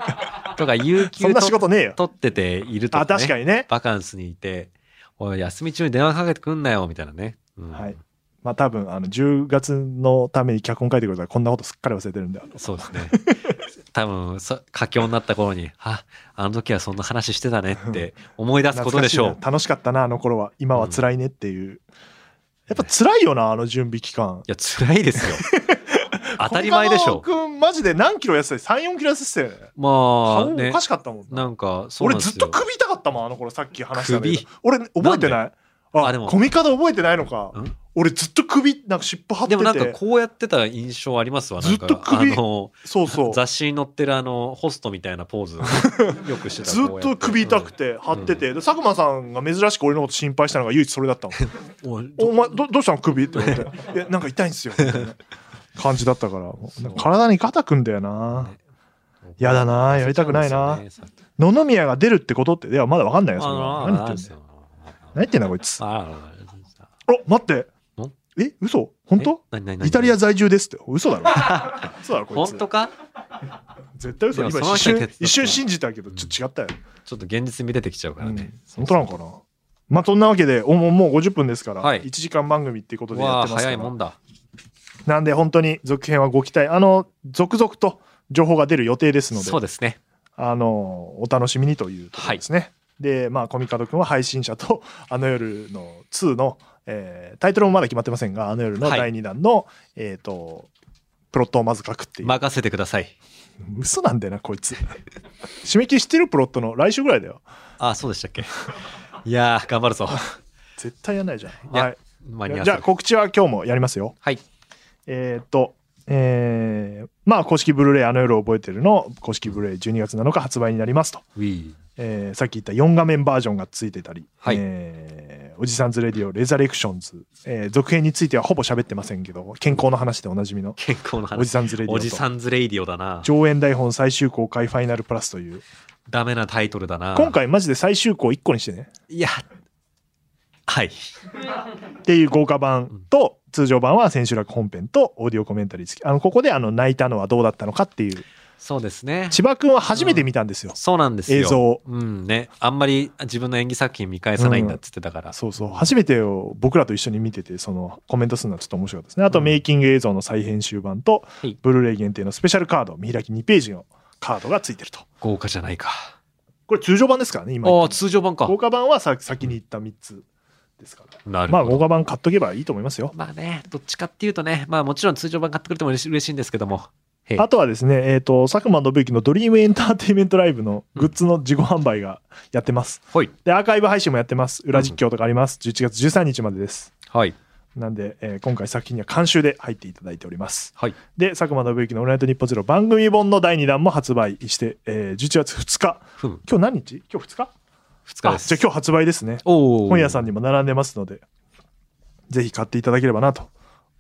Speaker 2: とか有給
Speaker 1: そんな仕事ねえよ。
Speaker 2: 取ってているとか、
Speaker 1: あ、
Speaker 2: ね、
Speaker 1: 確かにね。
Speaker 2: バカンスにいておい休み中に電話かけてくんなよみたいなね、うん
Speaker 1: はい。まあ多分、あの、10月のために脚本書いてくれたらこんなことすっかり忘れてるんだよ。
Speaker 2: そうですね多分そ佳境になった頃に「ああの時はそんな話してたね」って思い出すことでしょ
Speaker 1: 懐かいな楽しかったな、あの頃は。今は辛いねっていう。やっぱ辛いよな、あの準備期間
Speaker 2: う。いや辛いですよ 当たり前でしょ
Speaker 1: 小川君マジで何キロ痩せてた ?3、4キロ痩せてたよね。
Speaker 2: まあ
Speaker 1: 顔お
Speaker 2: ね
Speaker 1: かしかったもんな。
Speaker 2: なんかそう
Speaker 1: 俺
Speaker 2: なんです
Speaker 1: ず
Speaker 2: よ
Speaker 1: っと首痛かったもん、あの頃さっき話したんだけど
Speaker 2: 首
Speaker 1: 俺覚えてないあ
Speaker 2: あでも
Speaker 1: コミカド覚えてないのか
Speaker 2: ん。
Speaker 1: 俺ずっと首、なんか尻尾張って
Speaker 2: でもなんか
Speaker 1: て。
Speaker 2: こうやってた印象ありますわなんか
Speaker 1: ずっと首
Speaker 2: あの
Speaker 1: そうそう。ず
Speaker 2: 雑誌に載ってるあのホストみたいなポー ズをよくしてた
Speaker 1: っと首痛くて張ってて、で佐久間さんが珍しく俺のこと心配したのが唯一それだったの
Speaker 2: うんおい
Speaker 1: お前どどうしたの首って言わ れていやなんか痛いんですよみたいな感じだったからもうなんか体に肩くんだよな
Speaker 2: ね
Speaker 1: やだなやりたくないな
Speaker 2: そうですよね
Speaker 1: 野々宮が出るってことっていやまだわかんないよそれは
Speaker 2: あ
Speaker 1: 何
Speaker 2: の
Speaker 1: 言
Speaker 2: あ
Speaker 1: ってん
Speaker 2: の
Speaker 1: だよ何言ってんだこいつあ
Speaker 2: あのあの
Speaker 1: 待って
Speaker 2: ん
Speaker 1: え嘘本当
Speaker 2: え何何何
Speaker 1: イタリア在住ですって嘘 だろ嘘だろこいつ
Speaker 2: 本当か
Speaker 1: 絶対嘘だ
Speaker 2: で
Speaker 1: 今
Speaker 2: もそ
Speaker 1: 一
Speaker 2: の
Speaker 1: 瞬
Speaker 2: 人に手伝って
Speaker 1: 一瞬信じたけどちょっと違ったよ、
Speaker 2: ちょっと現実に出てきちゃうからね、
Speaker 1: 本当なのかなまあそんなわけでおもうもう50分ですから、
Speaker 2: はい
Speaker 1: 1時間番組っていうことでや
Speaker 2: わ
Speaker 1: っ
Speaker 2: あ
Speaker 1: てます
Speaker 2: 早
Speaker 1: か
Speaker 2: いも
Speaker 1: ら
Speaker 2: んだ
Speaker 1: なんで本当に続編はご期待あの続々と情報が出る予定ですので
Speaker 2: そうですね
Speaker 1: あのお楽しみにというところですね、でまあコミカド君は配信者と 「あの夜」の2の、えータイトルもまだ決まってませんが「あの夜」の
Speaker 2: はい
Speaker 1: 第2弾の、えっ、とプロットをまず書くっていう
Speaker 2: 任せてください
Speaker 1: 嘘なんだよなこいつ 締め切りしてるプロットの来週ぐらいだよ
Speaker 2: あそうでしたっけ いやー頑張るぞ
Speaker 1: 絶対やんないじゃん
Speaker 2: いや
Speaker 1: はい
Speaker 2: 間に合わせる
Speaker 1: じゃあ告知は今日もやりますよ
Speaker 2: はい
Speaker 1: えっ、とえーまあ公式ブルーレイあの夜を覚えてるの公式ブルーレイ12月7日発売になりますと、
Speaker 2: ウィー。
Speaker 1: えーさっき言った4画面バージョンがついてたり、
Speaker 2: はい
Speaker 1: えーおじさんズレディオレザレクションズ、えー続編についてはほぼ喋ってませんけど健康の話でおなじみの
Speaker 2: 健康
Speaker 1: お
Speaker 2: の
Speaker 1: じ
Speaker 2: 話。
Speaker 1: さんズレディオ
Speaker 2: おじ
Speaker 1: と
Speaker 2: さんズレイディオだな。
Speaker 1: 上演台本最終公開ファイナルプラスという
Speaker 2: ダメなタイトルだな。
Speaker 1: 今。回マジで最終公1個にしてね
Speaker 2: いや。はい。
Speaker 1: っていう豪華版と通常版は千秋楽本編とオーディオコメンタリー付きあのここであの泣いたのはどうだったのかっていう
Speaker 2: そうですね。
Speaker 1: 千葉君は初めて見たんですよ、
Speaker 2: そうなんですよ。
Speaker 1: 映像。
Speaker 2: うんね。あんまり自分の演技作品見返さないんだっつってたから。
Speaker 1: そうそう初めてを僕らと一緒に見ててそのコメントするのはちょっと面白かったですねあと、メイキング映像の再編集版と、
Speaker 2: はい
Speaker 1: ブルーレイ限定のスペシャルカード見開き2ページのカードがついてると
Speaker 2: 豪華じゃないか。
Speaker 1: これ通常版ですからね今
Speaker 2: ああ、通常版か
Speaker 1: 豪。華版はさ先に言った3つですから
Speaker 2: なる
Speaker 1: まあ
Speaker 2: ほ
Speaker 1: 豪
Speaker 2: ど。
Speaker 1: 華版買っとけばいいと思いますよ
Speaker 2: まあね、どっちかっていうとね、まあもちろん通常版買ってくれても嬉し嬉しいんですけども。へい
Speaker 1: あとはですね、えー、と佐久間信之のドリームエンターテインメントライブのグッズの自己販売がやってます、
Speaker 2: ほい。
Speaker 1: でアーカイブ配信もやってます裏実況とかあります11月13日までです
Speaker 2: はい。
Speaker 1: なんで、えー今回作品には監修で入っていただいております
Speaker 2: はい。
Speaker 1: で佐久間信之の「オールナイトニッポンゼロ番組本の第2弾も発売して、えー11月2日
Speaker 2: ふむ。
Speaker 1: 今日何日今日2日
Speaker 2: 二日
Speaker 1: あ
Speaker 2: です。
Speaker 1: じゃあ今日発売ですね
Speaker 2: おお。
Speaker 1: 本屋さんにも並んでますのでぜひ買っていただければなと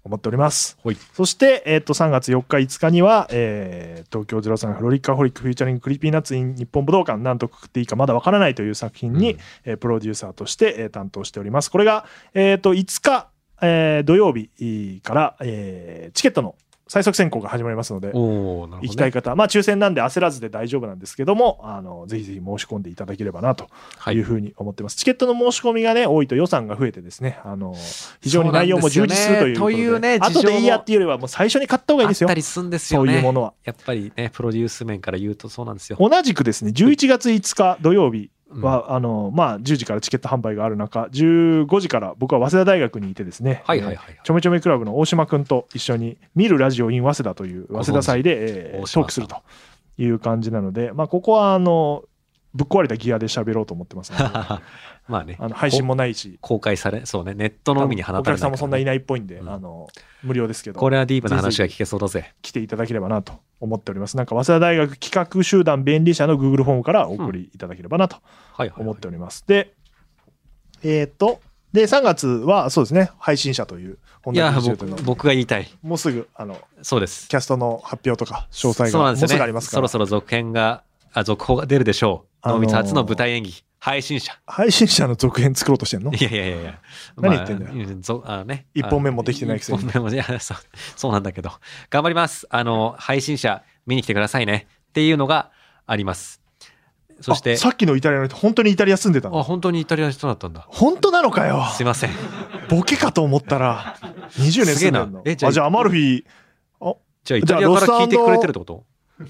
Speaker 1: 思っております
Speaker 2: ほい。
Speaker 1: そして、えっと3月4日5日には、えー東京03フロリッカホリックフューチャリングクリーピーナッツイン日本武道館なんとくくっていいかまだわからないという作品に、
Speaker 2: うん
Speaker 1: えープロデューサーとして、えー担当しておりますこれが、えっと5日、えー土曜日から、えーチケットの最速選考が始まりますので
Speaker 2: おお、なるほど、ね。
Speaker 1: 行きたい方、まあ抽選なんで焦らずで大丈夫なんですけどもあのぜひぜひ申し込んでいただければなと
Speaker 2: はい
Speaker 1: いうふうに思ってます、チケットの申し込みがね多いと予算が増えてですねあの非常に内容も充実するということで
Speaker 2: そうなんですよねというね
Speaker 1: 後でいいやっていうよりはもう最初に買った方がいいですよ
Speaker 2: あったりすんです
Speaker 1: そ
Speaker 2: よ
Speaker 1: う
Speaker 2: ね。
Speaker 1: いうものは
Speaker 2: やっぱりね、プロデュース面から言うとそうなんですよ。
Speaker 1: 同じくですね11月5日土曜日
Speaker 2: うん
Speaker 1: は、あのまあ10時からチケット販売がある中15時から僕は早稲田大学にいてですね、
Speaker 2: はいはいはい
Speaker 1: えーちょめちょめクラブの大島君と一緒に「見るラジオ in 早稲田」という
Speaker 2: ご
Speaker 1: 早
Speaker 2: 存知
Speaker 1: 稲田祭で、えー
Speaker 2: 大島さ
Speaker 1: ト
Speaker 2: ん
Speaker 1: ークするという感じなので、まあ、ここはあのぶっ壊れたギアで喋ろうと思ってます ので
Speaker 2: まあね、
Speaker 1: あの配信もないし
Speaker 2: 公開され、そうね、ネットの海に放たれ
Speaker 1: お
Speaker 2: ない
Speaker 1: 客さんもそんない
Speaker 2: ない。
Speaker 1: ないっぽいんで、
Speaker 2: うん
Speaker 1: あの無料ですけど
Speaker 2: これはディープな話が聞けそうだぜ。
Speaker 1: 来ていただければなと思っておりますなんか早稲田大学企画集団便利社の Google フォームからお送りいただければなと
Speaker 2: はいはい、
Speaker 1: 思
Speaker 2: は
Speaker 1: っ
Speaker 2: い。
Speaker 1: ております。で、えーっと、で、3月はそうですね、配信者という、本
Speaker 2: い
Speaker 1: 田
Speaker 2: や
Speaker 1: 君
Speaker 2: 僕
Speaker 1: の、
Speaker 2: 僕が言いたい。
Speaker 1: もうすぐ、あの、
Speaker 2: そうです。
Speaker 1: キャストの発表とか、詳細
Speaker 2: そうな
Speaker 1: が、
Speaker 2: ん
Speaker 1: もう
Speaker 2: ですよ
Speaker 1: す
Speaker 2: ね。
Speaker 1: ぐありますか
Speaker 2: そろ
Speaker 1: ら、
Speaker 2: そろ続編が、あ続報が出るでしょう。
Speaker 1: あのー
Speaker 2: 能密初の舞台演技、配信者。
Speaker 1: 配信者の続編作ろうとしてんの
Speaker 2: いやいやいやいや。
Speaker 1: 何言ってんだよ
Speaker 2: まあうぞあね、
Speaker 1: 一本目もできてないくせに
Speaker 2: 一本目も、いや そう、そうなんだけど。頑張ります。あの、配信者見に来てくださいね。っていうのがあります。 そして、
Speaker 1: あさっきのイタリアの人、本当にイタリア住んでた
Speaker 2: あ
Speaker 1: の
Speaker 2: 本当にイタリアの人だったんだ。
Speaker 1: 本当なのかよ
Speaker 2: すいません。
Speaker 1: ボケかと思ったら、20年
Speaker 2: すげ
Speaker 1: 住
Speaker 2: え
Speaker 1: んで
Speaker 2: なん
Speaker 1: の。
Speaker 2: え
Speaker 1: あ
Speaker 2: じ
Speaker 1: じゃ
Speaker 2: ゃあ
Speaker 1: あ、アマルフィ、あ
Speaker 2: じゃあイタリアから聞いてくれてるってこと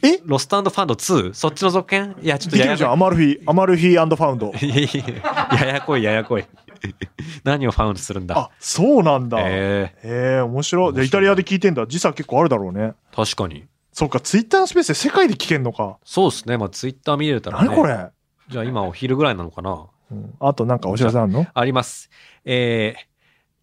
Speaker 1: え
Speaker 2: ロストファンド2そっちの続編いや、ちょっ
Speaker 1: で
Speaker 2: と
Speaker 1: き
Speaker 2: や
Speaker 1: る
Speaker 2: や
Speaker 1: じゃん、ア
Speaker 2: こ
Speaker 1: マルフィ、アマルフィファウンド。
Speaker 2: い。いやい やややこい、ややこい。何をファウンドするんだ。
Speaker 1: あ、そうなんだ。え
Speaker 2: え
Speaker 1: えー、面白い。で、
Speaker 2: 面白い
Speaker 1: イタリアで聞いてんだ。時差結構あるだろうね。
Speaker 2: ー、確かに。
Speaker 1: そうか、ツイッターのスペースで世界で聞けんのか。
Speaker 2: そうですね。まあ、ツイッター見れたら、ね。
Speaker 1: 何これ
Speaker 2: じゃあ今お昼ぐらいなのかな
Speaker 1: うんあとなんかお知らせあんの
Speaker 2: あります。えー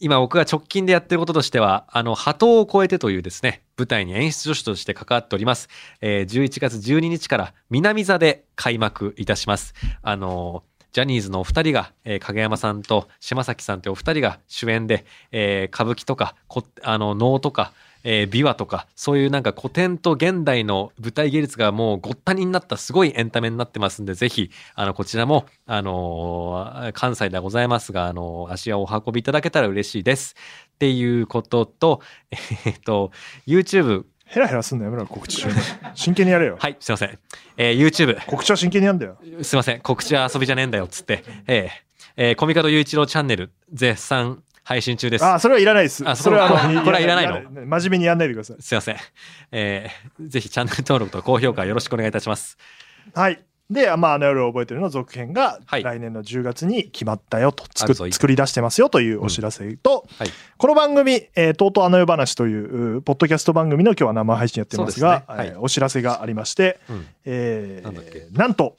Speaker 2: 今僕が直近でやってることとしては、あの、波頭を超えてというですね、舞台に演出助手として関わっております。えー11月12日から南座で開幕いたします。あのージャニーズのお二人が、えー影山さんと島崎さんというお二人が主演で、えー歌舞伎とか、こあの、能とか、えー琵琶とか、そういうなんか古典と現代の舞台芸術がもうごったにになったすごいエンタメになってますんで、ぜひ、あの、こちらも、あのー関西ではございますが、あのー足をお運びいただけたら嬉しいです。っていうことと、 えーっと、YouTube、
Speaker 1: ヘラヘラすんのやめろ、告知中に。真剣にやれよ。
Speaker 2: はい、すいません。えー YouTube、
Speaker 1: 告知は真剣にやんだよ。
Speaker 2: すいません、告知は遊びじゃねえんだよ、つって、えーえーコミカド雄一郎チャンネル、絶賛配信中です。
Speaker 1: あ、それはいらないです。
Speaker 2: あ
Speaker 1: それは
Speaker 2: そ
Speaker 1: あ
Speaker 2: う
Speaker 1: の、
Speaker 2: これはいらないの
Speaker 1: や真面目にやんないでください。
Speaker 2: すいません。えーぜひチャンネル登録と高評価よろしくお願いいたします。
Speaker 1: はい。で、まあ、あの夜を覚えてるの続編が、
Speaker 2: はい
Speaker 1: 来年の10月に決まったよと、
Speaker 2: ある
Speaker 1: 作
Speaker 2: ぞい
Speaker 1: 作り出してますよというお知らせと、
Speaker 2: はい。
Speaker 1: この番組、えーとうとうあの夜話という、うポッドキャスト番組の今日は生配信やってますが、
Speaker 2: そうですねはい
Speaker 1: えーお知らせがありまして、
Speaker 2: うん
Speaker 1: えー
Speaker 2: なんだっけ
Speaker 1: なんと、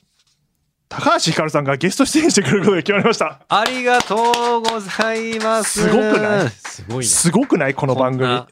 Speaker 1: 高橋ひかるさんがゲスト出演してくれることが決まりました。
Speaker 2: ありがとうございます。
Speaker 1: すごくない
Speaker 2: すごいね。
Speaker 1: すごくないこの番組
Speaker 2: こんな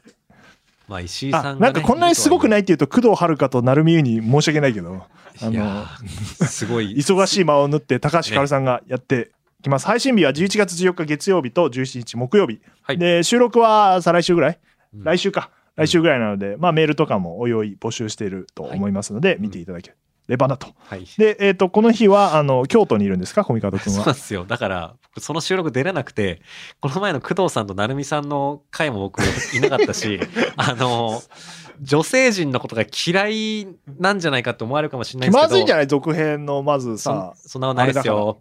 Speaker 2: まあ、石井さ
Speaker 1: あ
Speaker 2: んが、ね。
Speaker 1: なんかこんなにすごくないっていうと工藤遥と成海優に申し訳ないけどあ
Speaker 2: いや
Speaker 1: の
Speaker 2: ーすごい。
Speaker 1: 忙しい間を縫って高橋ひかるさんがやってきます、配信日は11月14日月曜日と17日木曜日、
Speaker 2: はい
Speaker 1: で収録は再来週ぐらい、
Speaker 2: うん
Speaker 1: 来週か来週ぐらいなので、まあ、メールとかもおいおい募集していると思いますので、見ていただければなと。
Speaker 2: はい。
Speaker 1: で、えっとこの日はあの京都にいるんですかコミカド君
Speaker 2: そうな
Speaker 1: は。
Speaker 2: んですよ。だから、その収録出れなくて、この前の工藤さんと成美さんの回も僕いなかっ たし、あの、女性陣のことが嫌いなんじゃないかって思われるかもしれな
Speaker 1: 気
Speaker 2: いです
Speaker 1: ま
Speaker 2: けど。
Speaker 1: ずいんじゃない続編のまずさ
Speaker 2: そそんなことないですよ。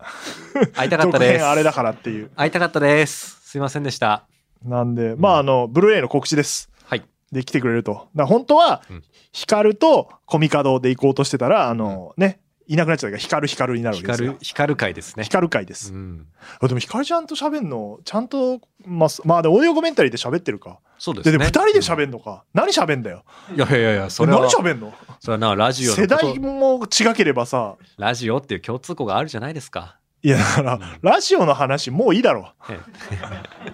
Speaker 2: 会いたかった
Speaker 1: 続
Speaker 2: です
Speaker 1: 編。あれだからっていう。
Speaker 2: 会いたかったです。すいませんでした。
Speaker 1: なんで、まあ、あの、ブルーレイの告知です。
Speaker 2: はい。
Speaker 1: で、来てくれると。だから本当は
Speaker 2: うん、
Speaker 1: ヒカルとコミカドで行こうとしてたら、あの、ね、いなくなっちゃうから、ヒカルヒカルになるわけです
Speaker 2: 光
Speaker 1: よ
Speaker 2: る、。光る回ですね
Speaker 1: ヒ。カル会です。
Speaker 2: うん。
Speaker 1: あでも、ヒカルちゃんと喋んの、ちゃんと、まあ、すまあ、でもオーディオコメンタリーで喋ってるか。
Speaker 2: そうです
Speaker 1: で、
Speaker 2: ね。
Speaker 1: でも二人で
Speaker 2: る。
Speaker 1: 喋んのか。何喋んだよ。
Speaker 2: いやいやいや、それ
Speaker 1: 何
Speaker 2: は、
Speaker 1: 喋んの
Speaker 2: それはな、ラジオ
Speaker 1: 世
Speaker 2: のこと
Speaker 1: 代も違ければさ、
Speaker 2: ラジオっていう共通項があるじゃないですか。
Speaker 1: いや、だから、ラジオの話、もういいだろ。
Speaker 2: え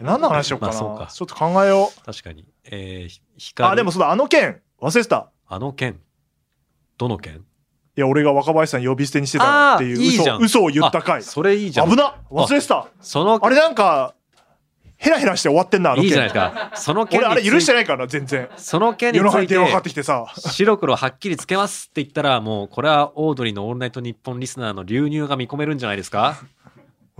Speaker 1: 何の話しようかな。
Speaker 2: まあそうか
Speaker 1: ちょっと考えよ
Speaker 2: え確かに。えー、ひ
Speaker 1: う。
Speaker 2: 光る
Speaker 1: あ、でもそうだ、あの件、忘れてた。
Speaker 2: あの件どの件
Speaker 1: いや、俺が若林さん呼び捨てにしてたってい
Speaker 2: あ
Speaker 1: う
Speaker 2: ーいい
Speaker 1: 嘘
Speaker 2: じゃん
Speaker 1: 嘘を言った
Speaker 2: あ
Speaker 1: 回。
Speaker 2: それいいじゃん。
Speaker 1: 危な忘れてた
Speaker 2: その
Speaker 1: あれなんか、ヘラヘラして終わってんな、あの件。
Speaker 2: いいじゃないですか。その件
Speaker 1: 俺、あれ許して
Speaker 2: て
Speaker 1: ないからな、全然。
Speaker 2: その件につ
Speaker 1: 夜中
Speaker 2: い
Speaker 1: に電話かかっててきてさ。
Speaker 2: 白黒はっきりつけますって言ったらもうこれはオードリーの「オールナイトニッポン」リスナーの流入が見込めるんじゃないですか、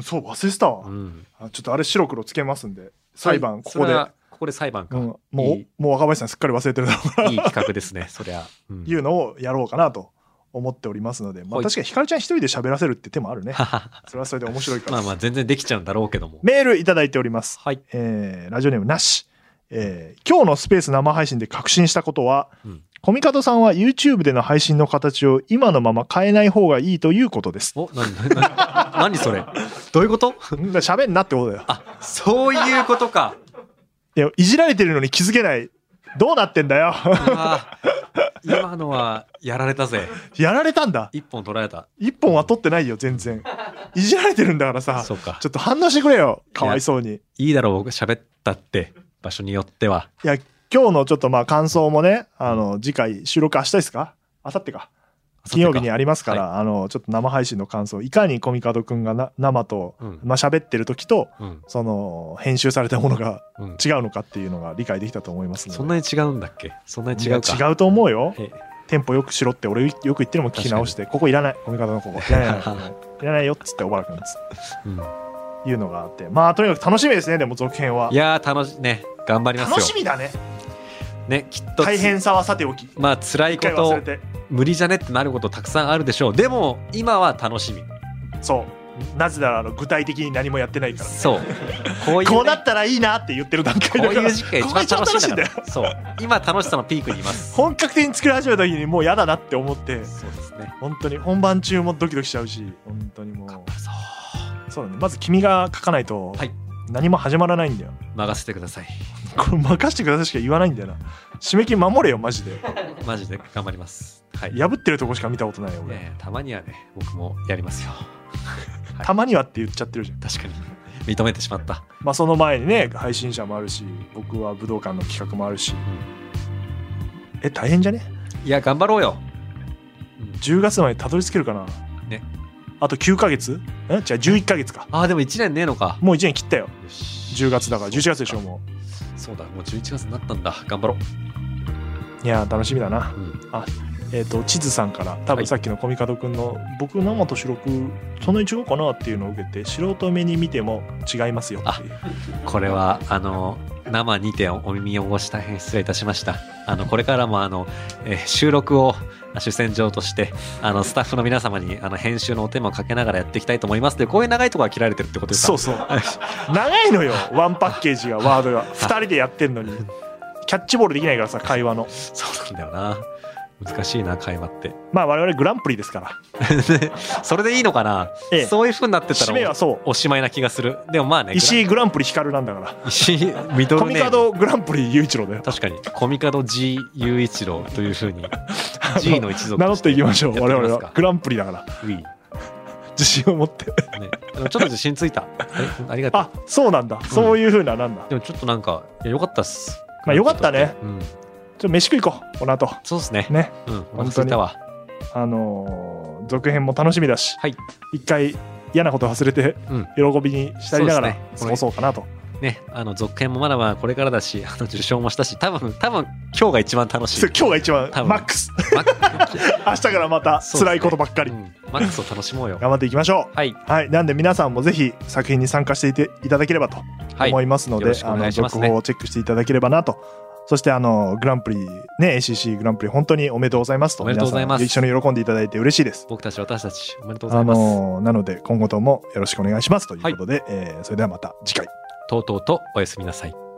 Speaker 1: そう、忘れてたわ
Speaker 2: う。ん、
Speaker 1: あちょっとあれ白黒つけますんで、裁判、こ
Speaker 2: そ
Speaker 1: こ
Speaker 2: れ
Speaker 1: で。
Speaker 2: はここで裁判か、
Speaker 1: うん
Speaker 2: い
Speaker 1: も、
Speaker 2: いう
Speaker 1: もう若林さんすっかり忘れてるだろうから、
Speaker 2: い企画ですねそりゃ、うん
Speaker 1: いうのをやろうかなと思っておりますので、ま
Speaker 2: は
Speaker 1: あ
Speaker 2: い
Speaker 1: 確かにひかるちゃん一人で喋らせるって手もあるね。
Speaker 2: はは
Speaker 1: それはそれで面白いから。
Speaker 2: まあまあ全然できちゃうんだろうけども
Speaker 1: メールいただいております。
Speaker 2: はい
Speaker 1: えーラジオネームなし、えー今日のスペース生配信で確信したことは、
Speaker 2: うん
Speaker 1: コミカドさんは YouTube での配信の形を今のまま変えない方がいいということ です。
Speaker 2: お何何何何それどういうこと
Speaker 1: んだ喋んなってことだよ。
Speaker 2: あそういうことか
Speaker 1: いや、いじられてるのに気づけない。どうなってんだよ。
Speaker 2: うわ今のはやられたぜ
Speaker 1: やられたんだ。
Speaker 2: 一本取られた
Speaker 1: 一本は取ってないよ、全 然。いじられてるんだからさ。
Speaker 2: そうか
Speaker 1: ちょっと反応してくれよ。かわいそうに。
Speaker 2: いいだろう僕喋ったって場所によってはい
Speaker 1: や、今日のちょっとまあ感想もね、あの、次回収録明日ですか明後日か。金曜日にありますから、あのちょっと生配信の感想いかにコミカドくんがな生と、
Speaker 2: うん
Speaker 1: まあ喋ってる時と
Speaker 2: うん
Speaker 1: その編集されたものが
Speaker 2: うん
Speaker 1: 違うのかっていうのが理解できたと思いますので
Speaker 2: そんなに違うんだっけそんなに違うか
Speaker 1: いや違うと思うよ
Speaker 2: え
Speaker 1: テンポよくしろって俺よく言ってるのも聞き直してここいらないコミカドのここいらないいらないよっつって小原くんです
Speaker 2: うん
Speaker 1: いうのがあってまあとにかく楽しみですねでも続編はい
Speaker 2: やー楽しね頑張りますよ
Speaker 1: 楽しみだね
Speaker 2: ねきっとつ
Speaker 1: 大変さはさておき一
Speaker 2: まあ辛いこ
Speaker 1: 回忘
Speaker 2: と
Speaker 1: れて
Speaker 2: 無理じゃねってなることたくさんあるでしょうでも今は楽しみ
Speaker 1: そうなぜならあの具体的に何もやってないから
Speaker 2: そうこういうね、
Speaker 1: こうなったらいいなって言ってる段階
Speaker 2: こ
Speaker 1: だ
Speaker 2: う
Speaker 1: から
Speaker 2: いう時期が一番楽しいんだから
Speaker 1: ここが一番楽
Speaker 2: そう今楽しさのピークにいます
Speaker 1: 本格的に作り始めた時にもう嫌だなって思って
Speaker 2: そうですね
Speaker 1: 本当に本番中もドキドキしちゃうし本当にも
Speaker 2: 頑
Speaker 1: う
Speaker 2: 張るぞ
Speaker 1: そうだねまず君が書かないと
Speaker 2: はい
Speaker 1: 何も始まらないんだよ、
Speaker 2: 任せてください
Speaker 1: これ任してくださいしか言わないんだよな締め切り守れよマジで
Speaker 2: マジで頑張りますはい
Speaker 1: 破ってるとこしか見たことないよ俺、
Speaker 2: ねえたまにはね僕もやりますよ はい
Speaker 1: たまにはって言っちゃってるじゃん
Speaker 2: 確か に認めてしまった
Speaker 1: まあその前にね配信者もあるし僕は武道館の企画もあるしえ大変じゃね
Speaker 2: いや頑張ろうよ
Speaker 1: 10月までたどり着けるかな
Speaker 2: ね
Speaker 1: あと9ヶ月え違う11ヶ月か
Speaker 2: ああでも1年ねえのか
Speaker 1: もう1年切ったよ
Speaker 2: よし
Speaker 1: 10月だから11月でしょ
Speaker 2: う
Speaker 1: も
Speaker 2: そうだもう11月になったんだ頑張ろ
Speaker 1: ういやー楽しみだな
Speaker 2: う、うん、
Speaker 1: えっ、と、地図さんから、多
Speaker 2: は
Speaker 1: 分
Speaker 2: い
Speaker 1: さっきのコミカドくんの、僕生と白く、そんなに違うかなっていうのを受けて、素人目に見ても違いますよっていう。
Speaker 2: これはあの生にてお耳汚し大変失礼いたしましたあのこれからもあの、えー収録を主戦場としてあのスタッフの皆様にあの編集のお手間をかけながらやっていきたいと思いますでこういう長いところは切られてるってことですか
Speaker 1: そうそう。長いの よ、ワンパッケージが、ワードが。二人でやってんのに。キャッチボールできないからさ、会話の。
Speaker 2: そうなんだよな難しいな会話って
Speaker 1: まあ、我々グランプリですから。
Speaker 2: それでいいのかな、
Speaker 1: ええ
Speaker 2: そういうふうになってた
Speaker 1: 締め
Speaker 2: ら
Speaker 1: はそう。
Speaker 2: おおしまいな気がするでもまあね
Speaker 1: 石井グランプリ光なんだから。
Speaker 2: 石井ミド
Speaker 1: コ
Speaker 2: ル
Speaker 1: ミ
Speaker 2: ネー
Speaker 1: カ
Speaker 2: ム
Speaker 1: ドグランプリ雄一郎だよ。
Speaker 2: 確かにコミカド G 雄一郎というふうに G の一族
Speaker 1: 名乗っていきましょう、
Speaker 2: やっ
Speaker 1: 我
Speaker 2: ていきま
Speaker 1: 々
Speaker 2: す
Speaker 1: は
Speaker 2: か。
Speaker 1: グランプリだから。
Speaker 2: ウィー
Speaker 1: 自信を持って。
Speaker 2: ね、でもちょっと自信ついた。ありがと
Speaker 1: あ
Speaker 2: う。、
Speaker 1: そうなんだ。そういうふうな、なんだ。
Speaker 2: でもちょっとなんか、いやよかったっす。
Speaker 1: まあよかったね
Speaker 2: うん。
Speaker 1: ちょっと飯食い行こうこの後
Speaker 2: そうですね。
Speaker 1: ね
Speaker 2: うん、お
Speaker 1: 当に
Speaker 2: 腹すいたわ。
Speaker 1: あのー続編も楽しみだし
Speaker 2: はい。
Speaker 1: 一回嫌なこと忘れて
Speaker 2: うん
Speaker 1: 喜びにしたりながら
Speaker 2: そうですね
Speaker 1: 過ごそうかなと、
Speaker 2: ね、あの、続編もまだまだこれからだし、あの、受賞もしたし、多分、多分、今日が一番楽しい
Speaker 1: そう。今日が一番
Speaker 2: 多分
Speaker 1: マックス
Speaker 2: マック
Speaker 1: 明日からま た
Speaker 2: そうですね
Speaker 1: 辛いことばっかり、
Speaker 2: うんマックスを楽しもうよ。
Speaker 1: 頑張っていきましょ
Speaker 2: はい。
Speaker 1: うはいなんで皆さんもぜひ作品に参加していていただければと
Speaker 2: はい。
Speaker 1: 思いますの
Speaker 2: よ
Speaker 1: で、
Speaker 2: ろしくお
Speaker 1: あ
Speaker 2: 願
Speaker 1: の
Speaker 2: いします
Speaker 1: 続
Speaker 2: ね
Speaker 1: 報をチェックしていただければなとそしてあのグランプリね ACC グランプリ本当におめでとうございますと
Speaker 2: おめでとうございま
Speaker 1: 皆
Speaker 2: す
Speaker 1: さん一緒に喜んでいただいて嬉しいです
Speaker 2: 僕たち、私たち、おめでとうござ
Speaker 1: あ
Speaker 2: います。
Speaker 1: のなので今後ともよろしくお願いしますということで、えーそれではまた次回
Speaker 2: とうとうとおやすみなさい。